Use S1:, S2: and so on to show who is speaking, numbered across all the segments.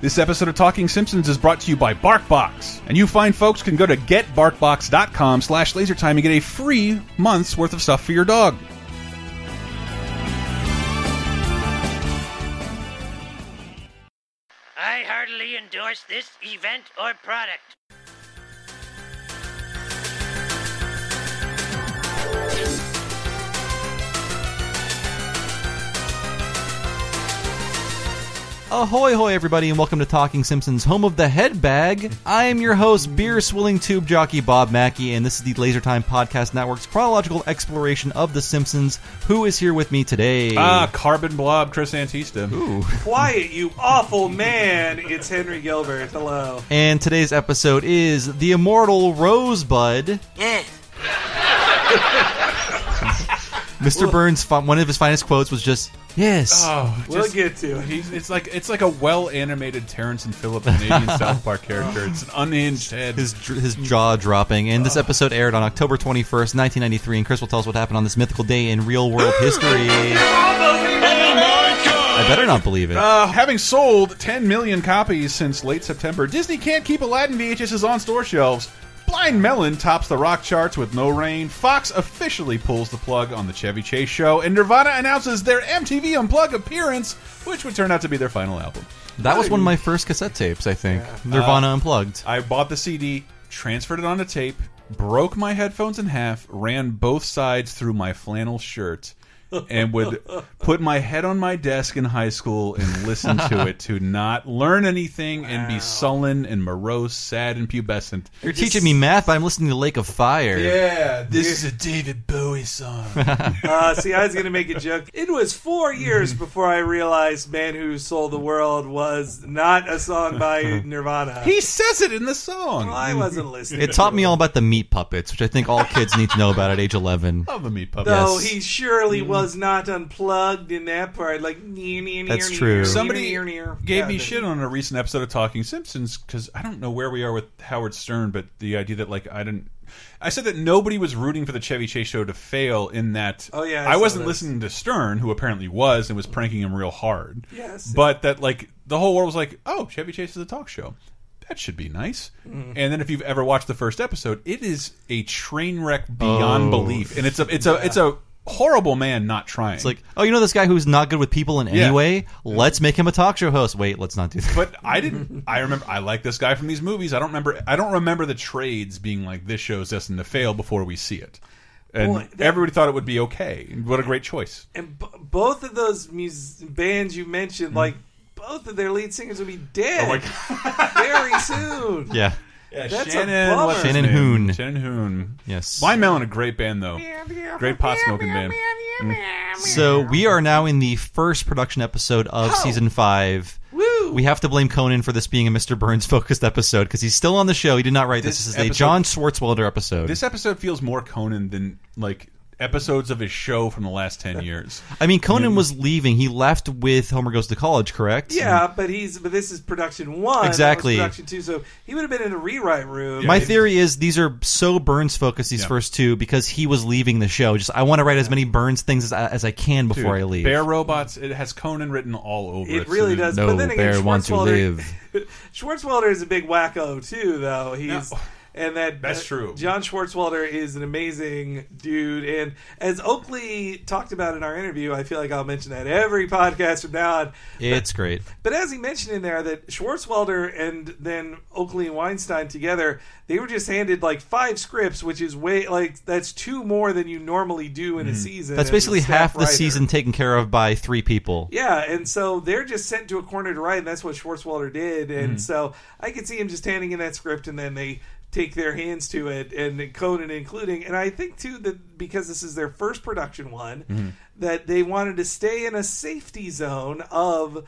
S1: This episode of Talking Simpsons is brought to you by BarkBox. And you fine folks can go to getbarkbox.com slash lasertime and get a free month's worth of stuff for your dog.
S2: I heartily endorse this event or product.
S3: Ahoy, hoy, everybody, and welcome to Talking Simpsons, home of the headbag. I am your host, beer swilling tube jockey Bob Mackey, and this is the Laser Time Podcast Network's chronological exploration of The Simpsons. Who is here with me today?
S1: Ah, Carbon Blob Chris Antista.
S4: Quiet, you awful man! It's Henry Gilbert. Hello.
S3: and today's episode is The Immortal Rosebud.
S2: Yes.
S3: Mr. Burns, fi- one of his finest quotes was just, Yes.
S1: Oh,
S4: We'll
S1: just-
S4: get to it.
S1: He's, it's like it's like a well animated Terrence and Phillip Canadian South Park character. It's an unhinged head.
S3: his, dr- his jaw dropping. And this episode aired on October 21st, 1993. And Chris will tell us what happened on this mythical day in real world history. I better not believe it.
S1: Uh, having sold 10 million copies since late September, Disney can't keep Aladdin VHSs on store shelves. Blind Melon tops the rock charts with No Rain. Fox officially pulls the plug on the Chevy Chase show, and Nirvana announces their MTV Unplugged appearance, which would turn out to be their final album.
S3: That was one of my first cassette tapes, I think. Nirvana Unplugged.
S1: Uh, I bought the CD, transferred it onto tape, broke my headphones in half, ran both sides through my flannel shirt, and would put my head on my desk in high school and listen to it to not learn anything and be sullen and morose, sad and pubescent.
S3: You're teaching me math, but I'm listening to Lake of Fire.
S1: Yeah, this is a David Bowie song.
S4: Uh, see, I was gonna make a joke. It was four years
S1: Mm-hmm.
S4: before I realized "Man Who Sold the World" was not a song by Nirvana.
S1: he says it in the song.
S4: I wasn't listening.
S3: It taught me all about the meat puppets, which I think all kids need to know about at age 11.
S1: love the meat puppet.
S4: Though
S3: Yes.
S4: he surely
S1: Mm-hmm.
S4: was not unplugged in that part. Like near, near,
S3: That's
S4: near,
S3: true.
S4: Near,
S1: Somebody
S4: near, near.
S1: gave
S4: Yeah,
S1: me
S4: the-
S1: shit on a recent episode of Talking Simpsons because I don't know where we are with Howard Stern, but the idea that like I didn't, I said that nobody was rooting for the Chevy Chase show to fail in that.
S4: Oh, yeah, I
S1: I,
S4: saw
S1: wasn't
S4: this.
S1: listening to Stern, who apparently was and was pranking him real hard.
S4: Yes.
S1: but that like the whole world was like, oh, Chevy Chase is a talk show. That should be nice.
S4: Mm-hmm.
S1: And then if you've ever watched the first episode, it is a train wreck beyond
S3: Oh.
S1: belief, and it's a it's a it's a horrible man not trying.
S3: It's like, oh, you know this guy who's not good with people in
S1: Yeah.
S3: any way? Let's make him a talk show host. Wait, let's not do that.
S1: But I didn't. I remember. I like this guy from these movies. I don't remember. I don't remember the trades being like this show's destined to fail before we see it. And
S4: Boy, that-
S1: everybody thought it would be okay. What a great choice!
S4: And b- both of those mus- bands you mentioned,
S1: Mm-hmm.
S4: like both of their lead singers,
S1: Oh
S4: will be dead very soon.
S3: Yeah.
S4: That's a bummer.
S1: what's his
S3: Shannon
S1: name?
S3: Hoon.
S1: Shannon Hoon.
S3: Yes.
S1: Blind Melon, a great band though. Great pot smoking band.
S5: Mm.
S3: So we are now in the first production episode of season five.
S4: Oh. Woo!
S3: We have to blame Conan for this being a Mr. Burns focused episode because he's still on the show. He did not write this.
S1: This
S3: This is
S1: episode-
S3: a John Swartzwelder episode.
S1: This episode feels more Conan than like episodes of his show from the last ten years.
S3: I mean, Conan was leaving. He left with Homer Goes to College, correct?
S4: Yeah, but he's but this is production one. that was
S3: Exactly.
S4: production two. So he would have been in a rewrite room.
S3: My theory is these are so Burns focused these
S1: Yeah.
S3: first two because he was leaving the show. Just I want to write as many Burns things as I, as I can
S1: Dude,
S3: before I leave.
S1: Bear Robots. It has Conan written all over it.
S4: it
S1: so
S4: really
S1: there's-
S4: does. but then again, Schwartzwelder, Schwartzwelder is a big wacko too, though. He's
S1: No.
S4: and that
S1: That's
S4: uh,
S1: true.
S4: John Schwartzwelder is an amazing dude, and as Oakley talked about in our interview, I feel like I'll mention that every podcast from now on.
S3: It's great.
S4: But as he mentioned in there, that Schwartzwelder and then Oakley and Weinstein together, they were just handed like five scripts, which is way like that's two more than you normally do in a season.
S3: That's
S4: as a
S3: basically
S4: staff
S3: half the
S4: writer.
S3: season taken care of by three people.
S4: Yeah, and so they're just sent to a corner to write, and that's what Schwartzwelder did. And so I could see him just handing in that script, and then they take their hands to it, and Conan including. And I think too that because this is their first production one, that they wanted to stay in a safety zone of.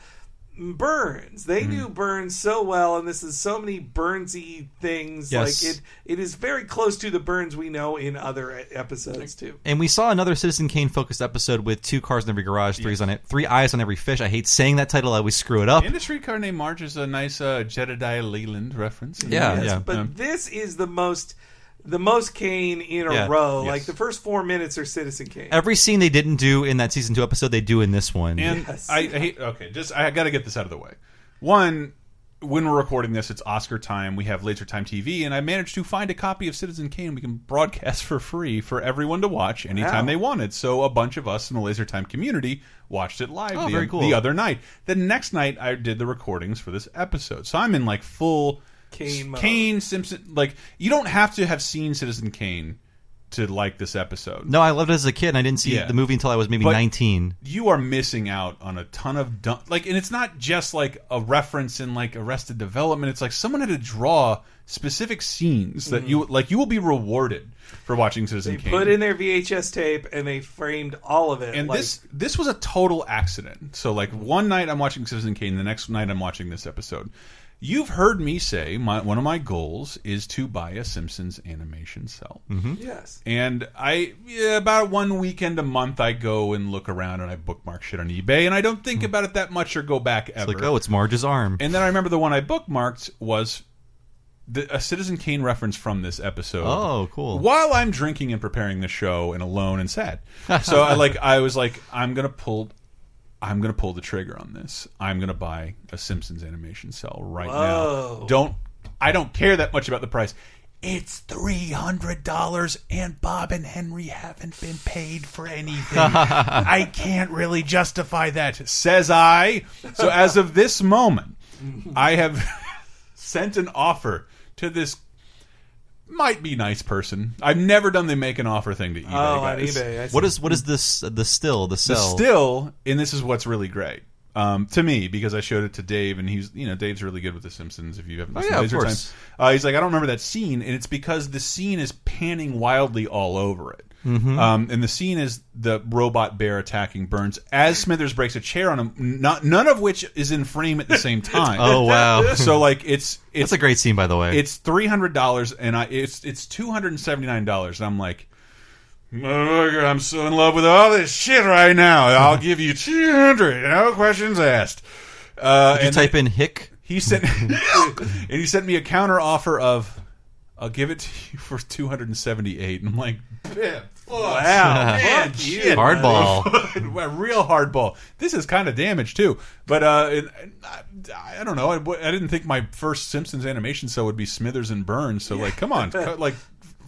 S4: Burns. They knew Burns so well, and this is so many Burnsy things.
S3: Yes.
S4: Like it, it is very close to the Burns we know in other e- episodes too.
S3: And we saw another Citizen Kane focused episode with two cars in every garage, threes on it, three eyes on every fish. I hate saying that title; I always screw it up.
S1: In the streetcar named Marge is a nice uh, Jedediah Leland reference.
S3: Yeah,
S4: Yes,
S3: yeah.
S4: but
S1: Um,
S4: this is the most the most Kane in a
S3: Yeah,
S4: row.
S1: yes.
S4: Like the first four minutes are Citizen Kane.
S3: Every scene they didn't do in that season two episode, they do in this one.
S1: and
S4: Yes.
S1: I, I hate. Okay, just I got to get this out of the way. One, when we're recording this, it's Oscar time. We have Laser Time TV, and I managed to find a copy of Citizen Kane we can broadcast for free for everyone to watch anytime
S4: Wow.
S1: they wanted. So a bunch of us in the Laser Time community watched it live
S3: Oh,
S1: the,
S3: very cool.
S1: the other night. The next night, I did the recordings for this episode. So I'm in like full
S4: Kane mode.
S1: Kane Simpson. Like, you don't have to have seen Citizen Kane to like this episode.
S3: No, I loved it as a kid, and I didn't see
S1: Yeah.
S3: the movie until I was maybe
S1: But-
S3: 19.
S1: you are missing out on a ton of dumb like and it's not just like a reference in like arrested development it's like someone had to draw specific scenes that you like you will be rewarded for watching citizen
S4: Mm-hmm. They
S1: kane
S4: put in their VHS tape and they framed all of it.
S1: and
S4: like,
S1: this this was a total accident so like one night i'm watching citizen kane the next night i'm watching this episode you've heard me say my one of my goals is to buy a simpsons animation cell
S4: Mm-hmm. yes,
S1: And I, yeah, about one weekend a month, I go and look around and I bookmark shit on eBay, and I don't think about it that much or go back ever.
S3: Hmm. It's like, oh, it's Marge's arm.
S1: And then I remember the one I bookmarked was the, a Citizen Kane reference from this episode.
S3: Oh, cool.
S1: While I'm drinking and preparing the show and alone and sad, so I like I was like I'm gonna pull, I'm gonna pull the trigger on this. I'm gonna buy a Simpsons animation cell right
S4: Whoa.
S1: now. Don't I don't care that much about the price. It's three hundred dollars, and Bob and Henry haven't been paid for anything. I can't really justify that, says I. So as of this moment, I have sent an offer to this might be nice person. I've never done the make an offer thing to eBay.
S4: oh, on
S1: guys.
S4: eBay. I see.
S3: What is what is this? The still, the
S1: The
S3: cell.
S1: still, and this is what's really great um, to me because I showed it to Dave, and he's you know Dave's really good with The Simpsons. If you haven't listened
S3: Oh, yeah,
S1: to
S3: of
S1: Laser Time,
S3: course.
S1: uh, he's like I don't remember that scene, and it's because the scene is panning wildly all over it.
S3: Mm-hmm.
S1: Um, and the scene is the robot bear attacking Burns as Smithers breaks a chair on him, not, none of which is in frame at the same time.
S3: Oh wow,
S1: so like it's it's
S3: that's a great scene, by the way.
S1: it's three hundred dollars, and I it's it's two hundred and seventy nine dollars, and I'm like, "Motherfucker, I'm so in love with all this shit right now. I'll give you two hundred, no questions asked. Uh,
S3: Did you
S1: and
S3: type in hick?
S1: he sent and he sent me a counter offer of, I'll give it to you for two hundred and seventy eight, and I'm like, "Pip, fuck, man,
S4: Fuck you.
S1: shit,
S3: Hardball.
S1: a real hardball. This is kind of damage too, but uh, it, I, I don't know. I, w- I didn't think my first Simpsons animation cell would be Smithers and Burns. So like, come on, cut- like,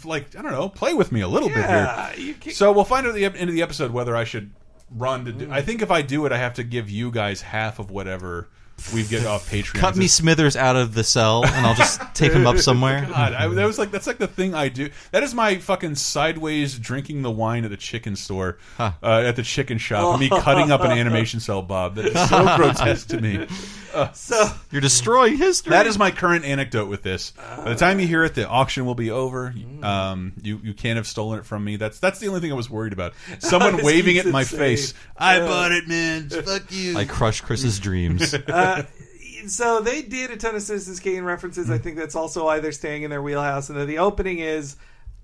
S1: like I don't know, play with me a little
S4: Yeah,
S1: bit
S4: "Ah, you
S1: here.
S4: can't-
S1: So we'll find out at the ep- end of the episode whether I should run to. Do,
S4: Mm.
S1: I think if I do it, I have to give you guys half of whatever we get off Patreon.
S3: Cut me Smithers out of the cell, and I'll just tape him up somewhere.
S1: God, I, that was like that's like the thing I do. That is my fucking sideways drinking the wine at the chicken store, uh, at the chicken shop. Me cutting up an animation cell, Bob. That is so grotesque to me.
S4: so
S3: You're destroying history.
S1: That is my current anecdote with this. By the time you hear it, the auction will be over.
S4: Mm.
S1: Um, you you can't have stolen it from me. That's that's the only thing I was worried about. Someone
S4: This
S1: waving it
S4: is
S1: in my
S4: insane.
S1: face. I bought it, man. Fuck you.
S3: I crush Chris's dreams.
S4: so they did a ton of Citizens Kane references.
S1: Hmm.
S4: I think that's also why they're staying in their wheelhouse. And then the opening is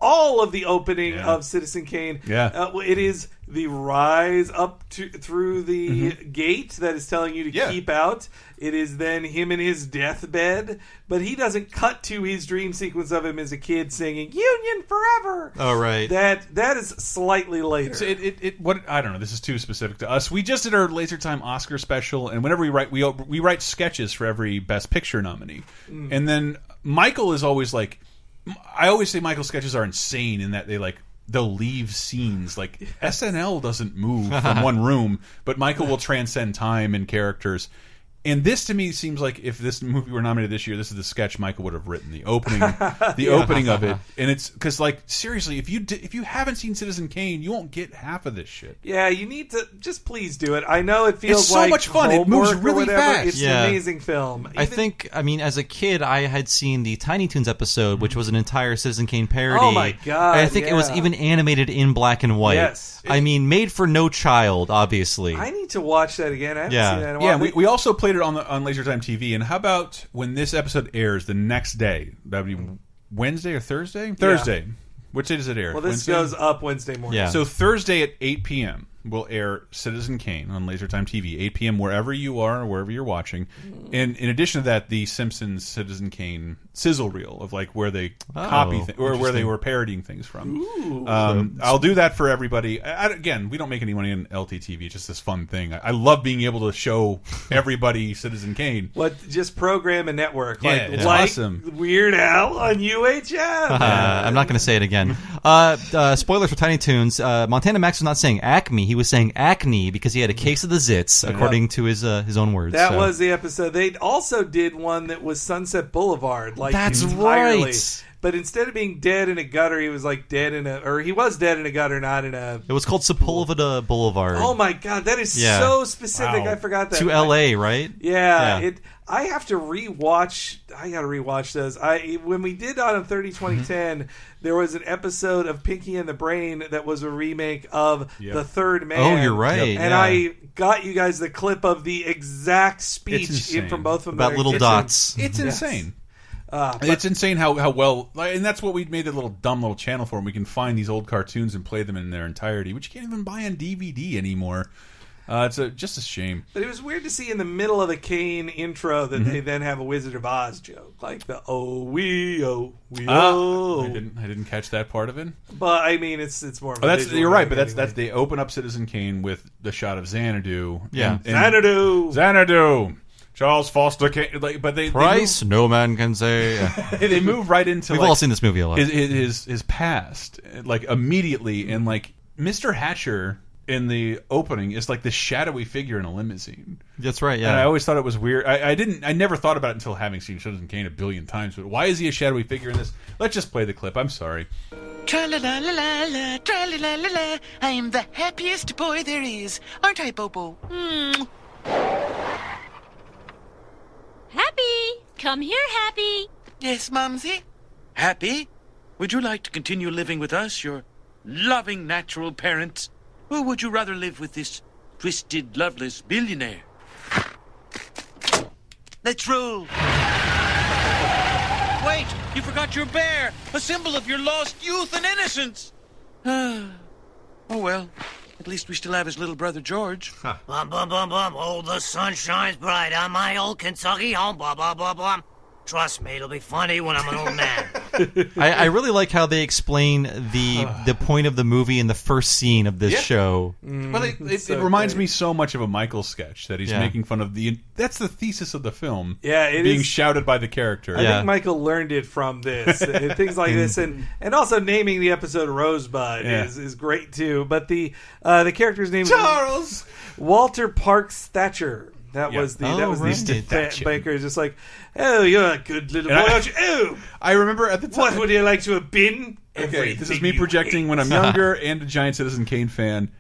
S4: all of the opening
S1: Yeah.
S4: of Citizen Kane.
S1: Yeah.
S4: Uh, well, it is the rise up to through the gate that is telling you to
S1: Mm-hmm. Yeah.
S4: keep out. It is then him in his deathbed, but he doesn't cut to his dream sequence of him as a kid singing "Union Forever."
S3: Oh, right.
S4: That that is slightly later.
S1: So it, it, it what I don't know. This is too specific to us. We just did our Laser Time Oscar special, and whenever we write, we we write sketches for every Best Picture nominee, and then Michael is always like, I always say Michael's sketches are insane in that they like they'll leave scenes like SNL doesn't move from one room, but Michael will transcend time and characters. And this to me seems like if this movie were nominated this year, this is the sketch Michael would have written, the opening, the opening of it. And it's because, like, seriously, if you di- if you haven't seen Citizen Kane, you won't get half of this shit.
S4: Yeah, you need to just please do it. I know it feels
S1: It's so
S4: like
S1: much fun. It moves
S4: homework or
S1: really
S4: whatever.
S1: fast.
S4: It's
S3: Yeah.
S4: an amazing film.
S3: I
S4: Even-
S3: think, I mean, as a kid, I had seen the Tiny Toons episode, which was an entire Citizen Kane parody.
S4: Oh my God,
S3: And I think it was
S4: yeah.
S3: even animated in black and white.
S4: Yes.
S3: I mean, made for no child, obviously.
S4: I need to watch that again. I haven't
S3: Yeah.
S4: seen that in a while.
S1: Yeah, we, we also played it on the on Laser Time TV. And how about when this episode airs the next day? That would be Wednesday or Thursday? Thursday. Which day does it air?
S4: well, this
S1: Wednesday?
S4: goes up Wednesday morning.
S3: Yeah.
S1: So Thursday at 8 p.m. will air Citizen Kane on Lasertime TV, 8 p.m. wherever you are, or wherever you're watching. And in addition to that, the Simpsons Citizen Kane sizzle reel of like where they
S3: Oh,
S1: copy thi- or where they
S3: interesting.
S1: were parodying things from. Um, I'll do that for everybody. I, I- again, we don't make any money on LTTV; it's just this fun thing. I, I love being able to show everybody Citizen Kane.
S4: What just program a network like,
S1: Yeah, it's
S4: like
S1: awesome.
S4: Weird Al on UHF.
S3: Uh, I'm not going to say it again. Uh, uh, spoilers for Tiny Toons. Uh, Montana Max was not saying acme; he was saying acne because he had a case of the zits, according to his uh, his own words.
S4: That
S3: so.
S4: was the episode. They also did one that was Sunset Boulevard, like
S3: That's
S4: entirely.
S3: right.
S4: But instead of being dead in a gutter, he was like dead in a, or he was dead in a gutter, not in a.
S3: It was called Sepulveda Boulevard
S4: Oh my god, that is
S3: Yeah.
S4: so specific.
S1: Wow.
S4: I forgot that.
S3: to L.A. Right?
S4: Yeah,
S3: Yeah.
S4: it. I have to rewatch. I got to rewatch those. I when we did on 30
S1: Mm-hmm.
S4: 2010, there was an episode of Pinky and the Brain that was a remake of
S1: Yep. Oh,
S4: The Third Man.
S3: you're right,
S4: And
S3: yeah.
S4: I got you guys the clip of the exact
S1: It's
S4: speech
S1: insane.
S4: in, from both of them
S3: About
S4: that are
S3: little
S4: in-
S3: dots.
S1: It's
S4: Yes.
S1: insane. it's insane how, how well, like, and that's what we made that little dumb little channel for. And we can find these old cartoons and play them in their entirety, which you can't even buy on DVD anymore. Uh, it's a, just a shame.
S4: But it was weird to see in the middle of a Kane intro
S1: Mm-hmm.
S4: that they then have a Wizard of Oz joke, like the oh we oh we
S1: Uh, I
S4: oh.
S1: didn't I didn't catch that part of it.
S4: but I mean, it's it's more. Of a
S1: Oh, that's
S4: visual
S1: you're right,
S4: gag
S1: but that's
S4: anyway.
S1: that's they open up Citizen Kane with the shot of Xanadu.
S3: Yeah.
S1: and, and-
S4: Xanadu.
S1: Xanadu. Charles Foster Kane. Like, but they
S3: Price no man can say.
S1: They move, they move right into.
S3: We've
S1: like,
S3: all seen this movie a lot.
S1: his his his, his past like immediately and like Mr. Hatcher in the opening is like this shadowy figure in a limousine.
S3: That's right. Yeah.
S1: And I always thought it was weird. I, I didn't. I never thought about it until having seen Citizen Kane a billion times. But why is he a shadowy figure in this? Let's just play the clip. I'm sorry.
S6: Tra-la-la-la-la-la, tra-la-la-la-la. I am the happiest boy there is. Aren't I, Bobo? Mwah.
S7: Happy! Come here, Happy!
S6: Yes, Mumsy?
S5: Happy? Would you like to continue living with us, your loving natural parents? Or would you rather live with this twisted, loveless billionaire?
S6: Let's roll.
S5: Wait! You forgot your bear, a symbol of your lost youth and innocence! oh well, at least we still have his little brother George.
S2: Bum, bum, bum, bum. Oh, the sun shines bright on my old Kentucky home. Bum, bum, bum, bum. Trust me, it'll be funny when I'm an old man.
S3: I, I really like how they explain the the point of the movie in the first scene of this
S1: Yeah. Mm.
S3: show.
S1: Well, it, it,
S4: Mm, so
S1: it reminds
S4: great.
S1: me so much of a Michael sketch that he's
S3: Yeah.
S1: making fun of the. That's the thesis of the film.
S4: Yeah, it
S1: being
S4: is-
S1: shouted by the character.
S4: I
S3: Yeah.
S4: think Michael learned it from this, and things like this, and and also naming the episode Rosebud
S1: Yeah.
S4: is, is great too. But the uh, the character's name
S1: Charles.
S4: is Walter Parks Thatcher. That
S1: Yeah.
S4: was the
S3: Oh,
S4: that was
S3: right.
S4: the ba-
S1: Thatcher.
S4: banker. Is just like, oh, you're a good little boy.
S1: And I-
S4: aren't you? oh,
S1: I remember at the time.
S4: what would you like to have been?
S1: Okay, this is
S4: Everything
S1: me
S4: you
S1: projecting
S4: hate.
S1: when I'm younger and a giant Citizen Kane fan.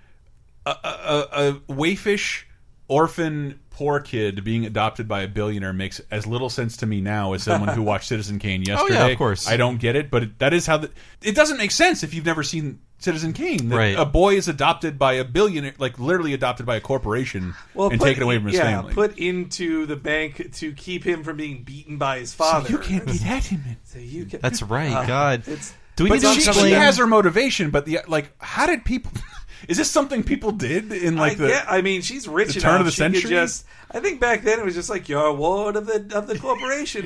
S1: A, a, a, a waifish orphan poor kid being adopted by a billionaire makes as little sense to me now as someone who watched Citizen Kane yesterday.
S3: Oh, of course.
S1: I don't get it, but it, that is how the, it doesn't make sense if you've never seen Citizen Kane. that
S3: Right.
S1: A boy is adopted by a billionaire, like literally adopted by a corporation and
S4: put-
S1: taken away from his
S4: yeah,
S1: family.
S4: put into the bank to keep him from being beaten by his
S1: So
S4: father.
S1: you can't get at him. man.
S4: So you can-
S3: That's right.
S4: Uh,
S3: God.
S4: it's-
S3: Do we
S1: But
S3: need to
S1: she, she
S3: explain?
S1: has her motivation, but the like, how did people? Is this something people did in like
S4: I,
S1: the?
S4: get- I mean, she's rich
S1: the
S4: enough.
S1: turn of the
S4: she could
S1: century?
S4: Just, I think back then it was just like you're a ward of the of the corporation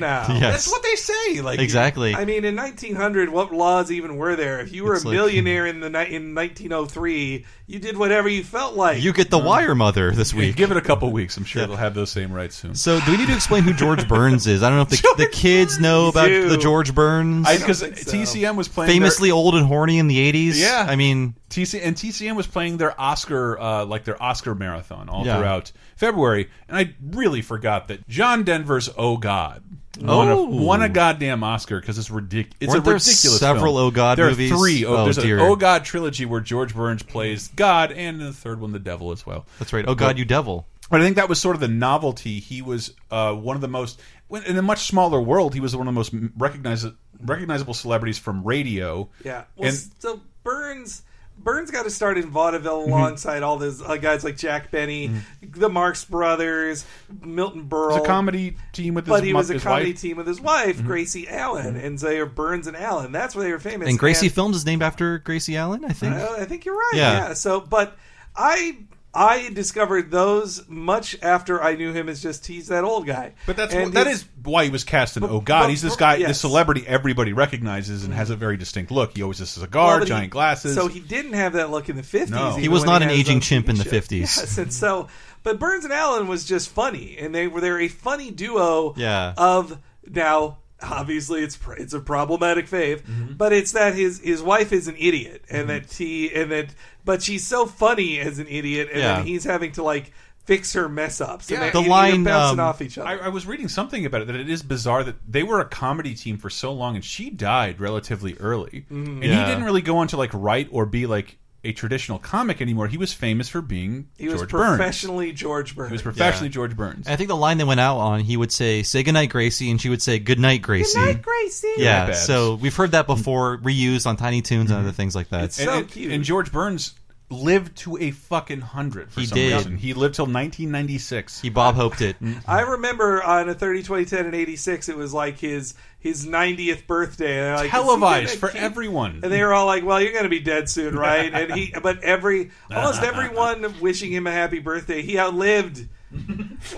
S4: now.
S3: Yes.
S1: That's what they say. Like
S3: exactly.
S4: I mean, in 1900, what laws even were there? If you were
S3: It's
S4: a
S3: like-
S4: millionaire in the ni- in 1903, you did whatever you felt like.
S3: you
S1: Mm.
S3: get the wire mother this
S1: We
S3: week.
S1: give it a couple weeks. I'm sure they'll have those same rights soon.
S3: So do we need to explain who George Burns is? I don't know if the, the kids know about
S4: You.
S3: the George Burns.
S1: Because
S4: think so.
S1: TCM was playing
S3: famously old and horny in the 80s.
S1: Yeah.
S3: I
S1: their,
S3: mean,
S1: TC and TCM was playing their Oscar uh, like their Oscar marathon all
S3: Yeah.
S1: throughout February, and I really forgot that John Denver's Oh God. Won
S3: Oh.
S1: a, won a goddamn Oscar because it's ridiculous. It's
S3: Weren't
S1: a
S3: there
S1: ridiculous.
S3: several
S1: film.
S3: Oh God
S1: there
S3: movies?
S1: Are three. Oh,
S3: Oh,
S1: there's
S3: dear.
S1: an Oh God trilogy where George Burns plays God, and in the third one, the devil as well.
S3: that's right. Oh God, you devil.
S1: But I think that was sort of the novelty. He was uh, one of the most, when- in a much smaller world, he was one of the most recognize, recognizable celebrities from radio.
S4: yeah. Well,
S1: and
S4: so Burns. Burns got to start in vaudeville
S1: Mm-hmm.
S4: alongside all those uh, guys like Jack Benny, the Marx Brothers, Milton Berle.
S1: was a comedy team with his,
S4: but he
S1: mu-
S4: was a
S1: his
S4: comedy
S1: wife. Mm-hmm.
S4: team with his wife, Gracie Allen, and they are Burns and Allen. That's where they were famous.
S3: And Gracie Films is named after Gracie Allen, I think.
S4: I, I think you're right.
S3: Yeah.
S4: Yeah. So, but I I discovered those much after I knew him as just he's that old guy.
S1: But that's
S4: And
S1: what, that
S4: he's-
S1: is why he was cast in.
S4: But-
S1: oh God,
S4: but-
S1: he's this
S4: but-
S1: guy, this
S4: yes.
S1: celebrity everybody recognizes and has a very distinct look. He always has a cigar,
S4: Well, but he-
S1: giant glasses.
S4: So he didn't have that look in the fifties.
S1: No. He
S3: He was not an aging chimp in the 50s.
S4: Yes, and so, but Burns and Allen was just funny, and they were they're a funny duo.
S3: Yeah.
S4: Of now, obviously, it's pr- it's a problematic fave,
S1: Mm-hmm.
S4: but it's that his his wife is an idiot, and that he and that but she's so funny as an idiot, and
S3: Yeah.
S4: then he's having to like fix her mess ups.
S1: Yeah.
S4: And they're-
S1: The
S4: and they're
S3: line,
S4: bouncing
S3: um,
S4: off each other.
S1: I, I was reading something about it that it is bizarre that they were a comedy team for so long and she died relatively early.
S4: Mm-hmm.
S1: and he
S3: Yeah.
S1: didn't really go on to like write or be like a traditional comic anymore. He was famous for being
S4: he was
S1: George Burns.
S4: professionally George Burns.
S1: He was professionally George Burns.
S3: I think the line they went out on, he would say, "Say goodnight, Gracie," and she would say, "Goodnight, Gracie."
S4: Night, Gracie.
S1: Goodnight,
S3: Yeah,
S1: Babs.
S3: so we've heard that before, reused on Tiny Toons and other things like that.
S4: It's- so
S1: and, and-
S4: cute.
S1: and George Burns lived to a fucking hundred for
S3: He
S1: some
S3: did.
S1: reason. He lived till 1996.
S3: he Bob hoped it.
S4: I remember on a 30, 20, 10, and 86, it was like his his 90th birthday. And they're like,
S1: Televised
S4: "Is he
S1: for
S4: gonna keep-"
S1: everyone.
S4: And they were all like, well, you're going to be dead soon, right? And he, but every, almost everyone wishing him a happy birthday, he outlived.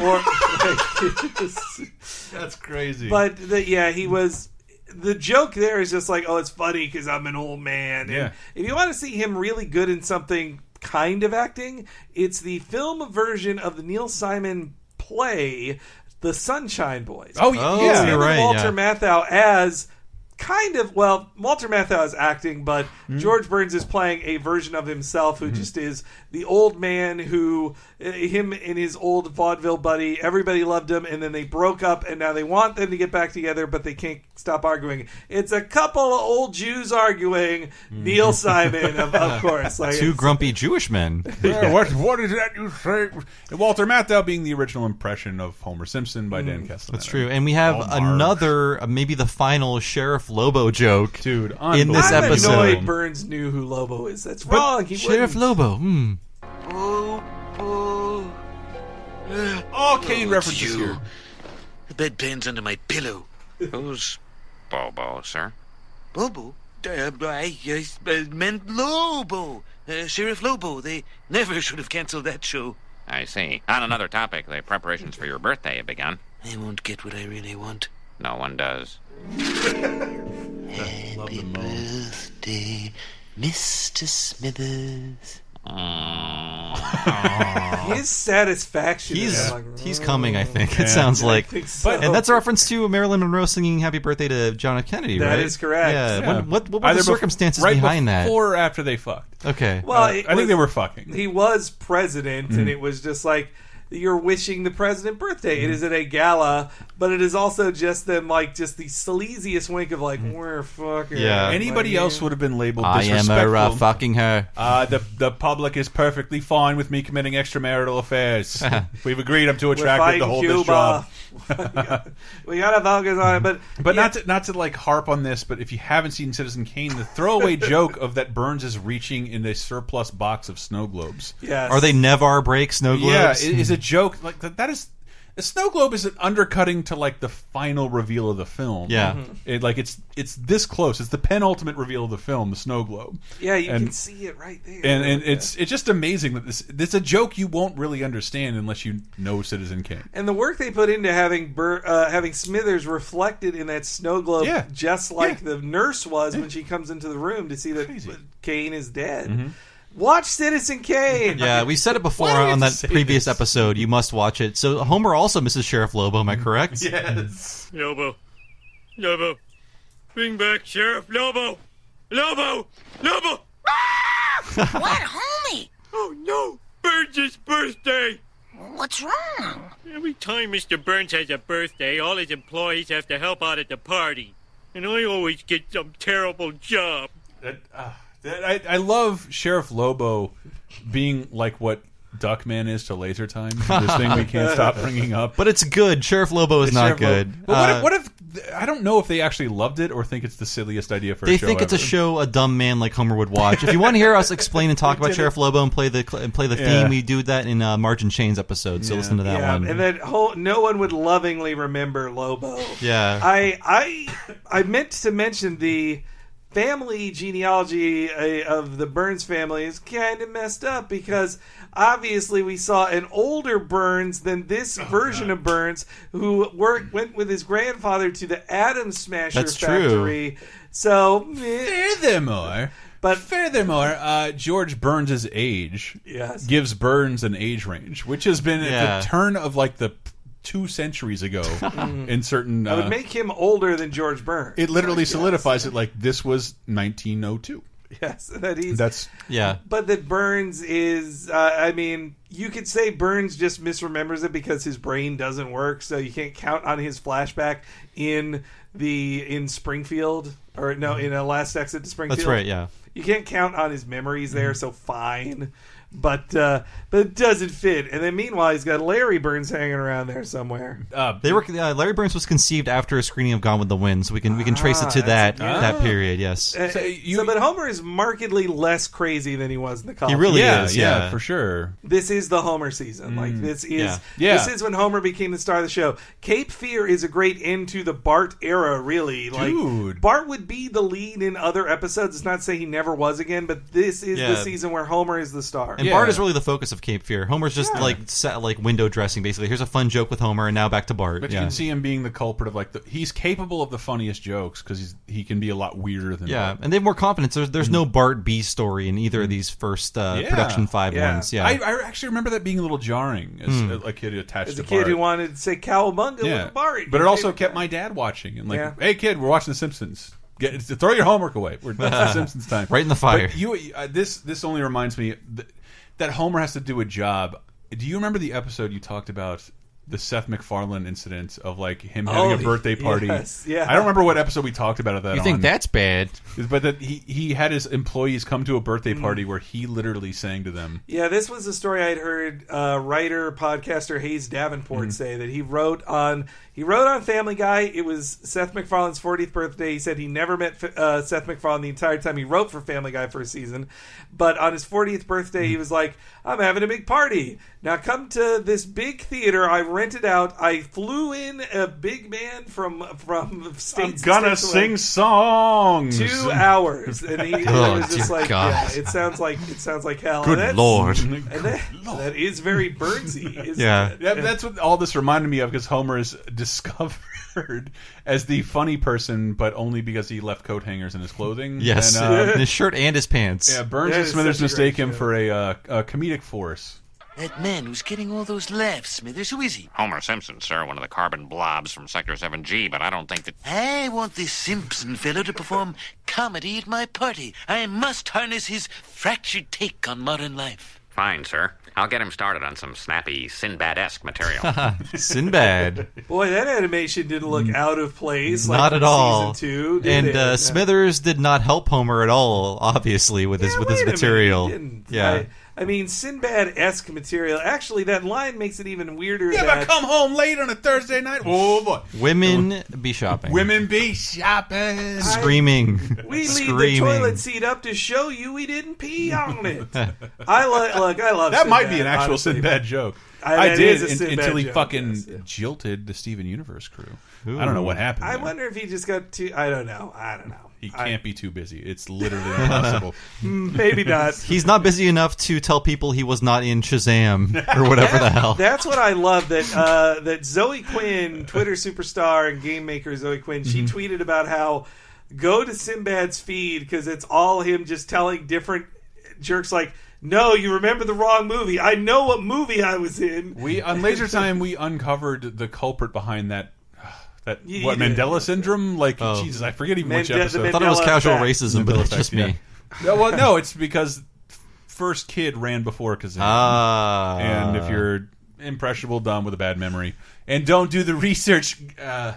S4: or,
S1: That's crazy.
S4: but the, yeah, he was. The joke there is just like, oh, it's funny because I'm an old man. And
S1: Yeah.
S4: If you want to see him really good in something kind of acting, it's the film version of the Neil Simon play, The Sunshine Boys.
S1: oh,
S3: Oh,
S1: yeah,
S4: Him
S3: you're
S4: and
S3: right,
S4: Walter
S3: yeah.
S4: Matthau as kind of well, Walter Matthau is acting, but
S3: Hmm?
S4: George Burns is playing a version of himself who just is the old man who uh, him and his old vaudeville buddy. Everybody loved him, and then they broke up, and now they want them to get back together, but they can't stop arguing. It's a couple of old Jews arguing.
S3: Hmm.
S4: Neil Simon, of, of course, like
S3: Two
S4: it's-
S3: grumpy Jewish men.
S1: Yeah, what what is that you say? And Walter Matthau being the original impression of Homer Simpson by Dan Castellaneta.
S3: Mm. That's true. And we have
S1: Hallmark.
S3: another, uh, maybe the final Sheriff Lobo joke.
S1: dude.
S3: In this
S4: I'm
S1: unbelievable.
S3: episode.
S4: annoyed Burns knew who Lobo is. That's wrong. oh, He
S3: Sheriff
S4: wouldn't.
S3: Lobo. Hmm.
S1: all Kane references
S5: you.
S1: here.
S5: The bedpan's under my pillow. Who's Bobo, sir? Bobo? Uh, I, I uh, meant Lobo. Uh, Sheriff Lobo. They never should have canceled that show.
S8: I see. On another topic, the preparations for your birthday have begun.
S5: I won't get what I really want.
S8: No one does.
S5: Birthday, Mr. Smithers.
S8: Mm.
S4: His satisfaction. is
S3: He's
S4: like,
S3: he's coming, I think. It sounds like.
S4: think so.
S3: And that's a reference to Marilyn Monroe singing "Happy Birthday" to John F. Kennedy,
S4: That
S3: right?
S4: is correct.
S3: Yeah. When- what what were
S1: Either
S3: the
S1: bef-
S3: circumstances
S1: right
S3: behind that?
S1: before or after they fucked?
S3: Okay. Uh,
S4: Well,
S1: Uh, I
S4: it
S1: think
S4: was-
S1: they were Mm-hmm. fucking.
S4: He was president, and it was just like you're wishing the president birthday.
S1: Mm-hmm.
S4: It is at a gala, but it is also just them like just the sleaziest wink of like
S1: Mm-hmm.
S4: we're fucking.
S3: Yeah.
S1: Anybody else would have been labeled
S3: I am
S1: disrespectful.
S3: a uh, fucking her.
S1: Uh, the the public is perfectly fine with me committing extramarital affairs. We've agreed I'm too
S4: We're
S1: attractive to
S4: fighting
S1: hold this
S4: Cuba.
S1: job.
S4: we got to focus on it, but
S1: But
S4: yeah,
S1: not to, not to like harp on this, but if you haven't seen Citizen Kane, the throwaway joke of that Burns is reaching in a surplus box of snow globes.
S4: yes.
S3: Are they Nevar break snow globes?
S1: Yeah, it is a joke. Like that, that is the snow globe is an undercutting to like the final reveal of the film.
S3: Yeah. Mhm.
S1: it, like it's it's this close. It's the penultimate reveal of the film, the snow globe.
S4: Yeah, you
S1: and-
S4: can see it right there.
S1: And, and it's it's just amazing that this it's a joke you won't really understand unless you know Citizen Kane.
S4: And the work they put into having Bur- uh, having Smithers reflected in that snow globe,
S1: Yeah.
S4: just like
S1: Yeah.
S4: the nurse was when she comes into the room to see that
S1: Crazy. Mm-hmm.
S4: Kane is dead. Watch Citizen Kane.
S3: Yeah, we said it before
S1: Why do we have
S3: on
S1: to
S3: that
S1: say
S3: previous
S1: this?
S3: episode. You must watch it. So Homer also misses Sheriff Lobo. Am I
S1: Mm-hmm.
S3: correct?
S1: Yes,
S5: Lobo. Lobo. Bring back Sheriff Lobo. Lobo! Lobo!
S7: What, homie?
S5: Oh no! Burns' birthday!
S7: What's wrong?
S5: Every time Mr. Burns has a birthday, all his employees have to help out at the party. And I always get some terrible job.
S1: That, ah, that- I, I love Sheriff Lobo being like what Duckman is to Laser Time. This thing we can't stop bringing up.
S3: But it's good. Sheriff Lobo is not
S1: Sheriff Lobo-
S3: good.
S1: But
S3: Uh,
S1: what, if, what if I don't know if they actually loved it or think it's the silliest idea for a
S3: they
S1: show
S3: think it's a
S1: ever.
S3: show a dumb man like Homer would watch. If you want to hear us explain and talk about Sheriff Lobo and play the cl- and play the
S1: Yeah.
S3: theme, we do that in uh, Margin Chains episode. So listen to that
S4: Yeah,
S3: one.
S4: and that whole no one would lovingly remember Lobo.
S3: yeah,
S4: I I I meant to mention the family genealogy uh, of the Burns family is kind of messed up because obviously we saw an older Burns than this version of Burns who worked went with his grandfather to the Atom Smasher
S3: That's true.
S4: factory. So eh,
S1: Furthermore,
S4: But-
S1: furthermore, uh, George Burns' age
S4: Yes.
S1: gives Burns an age range, which has been
S3: Yeah.
S1: at the turn of like the two centuries ago in certain.
S4: I
S1: uh,
S4: would make him older than George Burns.
S1: it literally solidifies it like this was 1902.
S4: yes, that he's
S1: That's
S3: Yeah.
S4: but that Burns is, uh, I mean, you could say Burns just misremembers it because his brain doesn't work, so you can't count on his flashback in the in Springfield or no in a Last Exit to Springfield.
S3: Mm-hmm. That's right, yeah. Mm-hmm.
S4: you can't count on his memories there, so fine. But uh, but it doesn't fit. And then meanwhile, he's got Larry Burns hanging around there somewhere.
S3: They were uh, Larry Burns was conceived after a screening of Gone with the Wind, so we can we can trace it to
S4: Ah,
S3: that
S4: that's-
S3: that period. Yes.
S4: Uh,
S1: So
S4: so,
S1: you-
S4: but Homer is markedly less crazy than he was in the college.
S3: really
S1: yeah,
S3: is,
S1: yeah,
S3: yeah.
S1: for sure.
S4: this is the Homer season. Like this is
S3: Yeah.
S1: Mm, Yeah.
S4: this is when Homer became the star of the show. Cape Fear is a great end to the Bart era, really. Like
S1: Dude.
S4: Bart would be the lead in other episodes. It's not to say he never was again, but this is
S3: Yeah.
S4: the season where Homer is the star.
S3: And
S1: Yeah.
S3: Bart is really the focus of Cape Fear. Homer's just like set, like window dressing basically. Here's a fun joke with Homer and now back to Bart.
S1: But
S3: yeah.
S1: you can see him being the culprit of like the, he's capable of the funniest jokes because he's he can be a lot weirder than
S3: yeah,
S1: Bart.
S3: and they have more confidence. There's, there's no Bart B story in either of these first uh,
S1: Yeah.
S3: production five
S4: Mm-hmm. Yeah.
S3: ones. Yeah,
S1: I, I actually remember that being a little jarring as a, a kid attached
S4: As
S1: to
S4: a kid
S1: Bart.
S4: who wanted to say cowabunga with Bart.
S1: But it also kept my dad watching and like,
S4: Yeah.
S1: hey kid, we're watching The Simpsons. Get throw your homework away. We're that's The Simpsons time.
S3: Right in the fire.
S1: But you uh, this this only reminds me th that Homer has to do a job. Do you remember the episode you talked about? The Seth MacFarlane incident of like him having
S4: Oh,
S1: a birthday party.
S4: yes, yeah.
S1: I don't remember what episode we talked about that.
S9: You think
S1: on.
S9: that's bad?
S4: Oh,
S1: But that he he had his employees come to a birthday party where he literally sang to them.
S4: Yeah, this was a story I'd heard uh, writer podcaster Hayes Davenport say that he wrote on he wrote on Family Guy. It was Seth MacFarlane's 40th birthday. He said he never met uh, Seth MacFarlane the entire time he wrote for Family Guy for a season, but on his 40th birthday he was like, "I'm having a big party. Now come to this big theater I rented out. I flew in a big man from from
S1: I'm
S4: states
S1: gonna
S4: states away."
S1: sing songs.
S4: Two hours, and he it
S9: Oh,
S4: was just
S9: dear
S4: like,
S9: God.
S4: yeah, it sounds like it sounds like hell. And
S3: good
S4: that's-
S3: lord.
S4: and that, that is very Burnsy. Isn't
S3: Yeah.
S4: It?
S1: That, that's what all this reminded me of because Homer is discovered as the funny person, but only because he left coat hangers in his clothing.
S3: Yes,
S1: And, uh,
S3: In his shirt and his pants.
S1: yeah, Burns
S4: That
S1: and
S4: is
S1: Smithers
S4: such a
S1: mistake
S4: great
S1: him
S4: show.
S1: for a, uh, a comedic force.
S5: That man who's getting all those laughs, Smithers, who is he?
S8: Homer Simpson, sir, one of the carbon blobs from Sector 7G, but I don't think that.
S5: I want this Simpson fellow to perform comedy at my party. I must harness his fractured take on modern life.
S8: Fine, sir. I'll get him started on some snappy Sinbad esque material.
S3: Sinbad.
S4: Boy, that animation didn't look out of place. Like
S3: Mm. not at
S4: in
S3: all.
S4: Season two, did
S3: and
S4: it?
S3: uh,
S4: No.
S3: Smithers did not help Homer at all, obviously, with his with his
S4: Wait a minute,
S3: material.
S4: he didn't.
S3: Yeah.
S4: I, I mean Sinbad esque material. Actually, that line makes it even weirder.
S1: Yeah,
S4: that,
S1: but come home late on a Thursday night. Oh boy,
S3: Women be shopping.
S1: women be shopping.
S3: screaming.
S4: we leave the
S3: screaming.
S4: toilet seat up to show you we didn't pee on it. I like look. I love
S1: That might be an
S4: Sinbad,
S1: actual
S4: honestly.
S1: Sinbad joke.
S4: I-
S1: I,
S4: that
S1: did
S4: is a
S1: un-
S4: Sinbad
S1: until he
S4: joke,
S1: fucking
S4: yes, yeah.
S1: jilted the Steven Universe crew. I don't know what happened.
S4: I
S1: there.
S4: wonder if he just got too. I don't know. I don't know.
S1: He
S4: I-
S1: can't be too busy. It's literally impossible.
S4: maybe not.
S3: He's not busy enough to tell people he was not in Shazam or whatever the hell.
S4: That's what I love that uh, that Zoe Quinn, Twitter superstar and game maker Zoe Quinn, she tweeted about how go to Sinbad's feed because it's all him just telling different jerks like, "No, you remember the wrong movie. I know what movie I was in."
S1: We on Laser Time we uncovered the culprit behind that that
S4: You-
S1: what
S4: you did.
S1: Mandela syndrome. Like Jesus, I forget even which
S4: Mande- the
S1: episode.
S3: I thought it was
S4: Oh. Mandela
S3: casual
S4: effect.
S3: racism, but
S1: Mandela
S3: it's just
S1: effect,
S3: me.
S1: No, well, no, it's because first kid ran before Kazan.
S3: Ah.
S1: and if you're impressionable, dumb with a bad memory, and don't do the research, uh,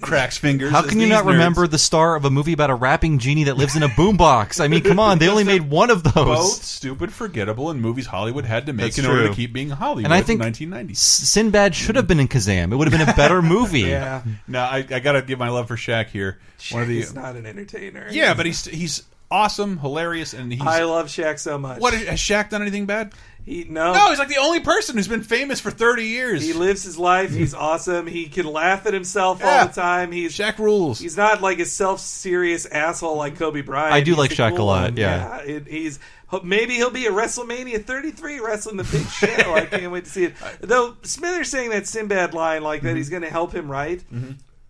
S1: cracks fingers.
S3: How
S1: as
S3: can you
S1: these
S3: not
S1: nerds.
S3: remember the star of a movie about a rapping genie that lives in a boombox? I mean, come on, they only made one of those.
S1: Both stupid, forgettable, and movies Hollywood had to make
S3: That's
S1: in order to
S3: true.
S1: keep being Hollywood.
S3: And I think
S1: in 1990s.
S3: Sinbad should have been in Kazam. It would have been a better movie.
S4: Yeah,
S1: Now I, I got to give my love for Shaq here. One of the
S4: he's not an entertainer.
S1: Yeah, but he's he's awesome, hilarious, and he's.
S4: I love Shaq so much.
S1: what has Shaq done anything bad?
S4: He no.
S1: No, he's like the only person who's been famous for thirty years.
S4: Oh, he lives his life. He's awesome. He can laugh at himself
S1: Yeah.
S4: all the time. He's
S1: Shaq rules.
S4: He's not like a self-serious asshole like Kobe Bryant.
S3: I do
S4: He's
S3: like
S4: the
S3: Shaq a
S4: cool
S3: lot,
S4: one.
S3: yeah.
S4: it, he's ho- maybe he'll be at WrestleMania 33 wrestling the Big Show. I can't wait to see it. Though Smithers saying that Sinbad line like
S3: Mm-hmm.
S4: that, he's going to help him, right?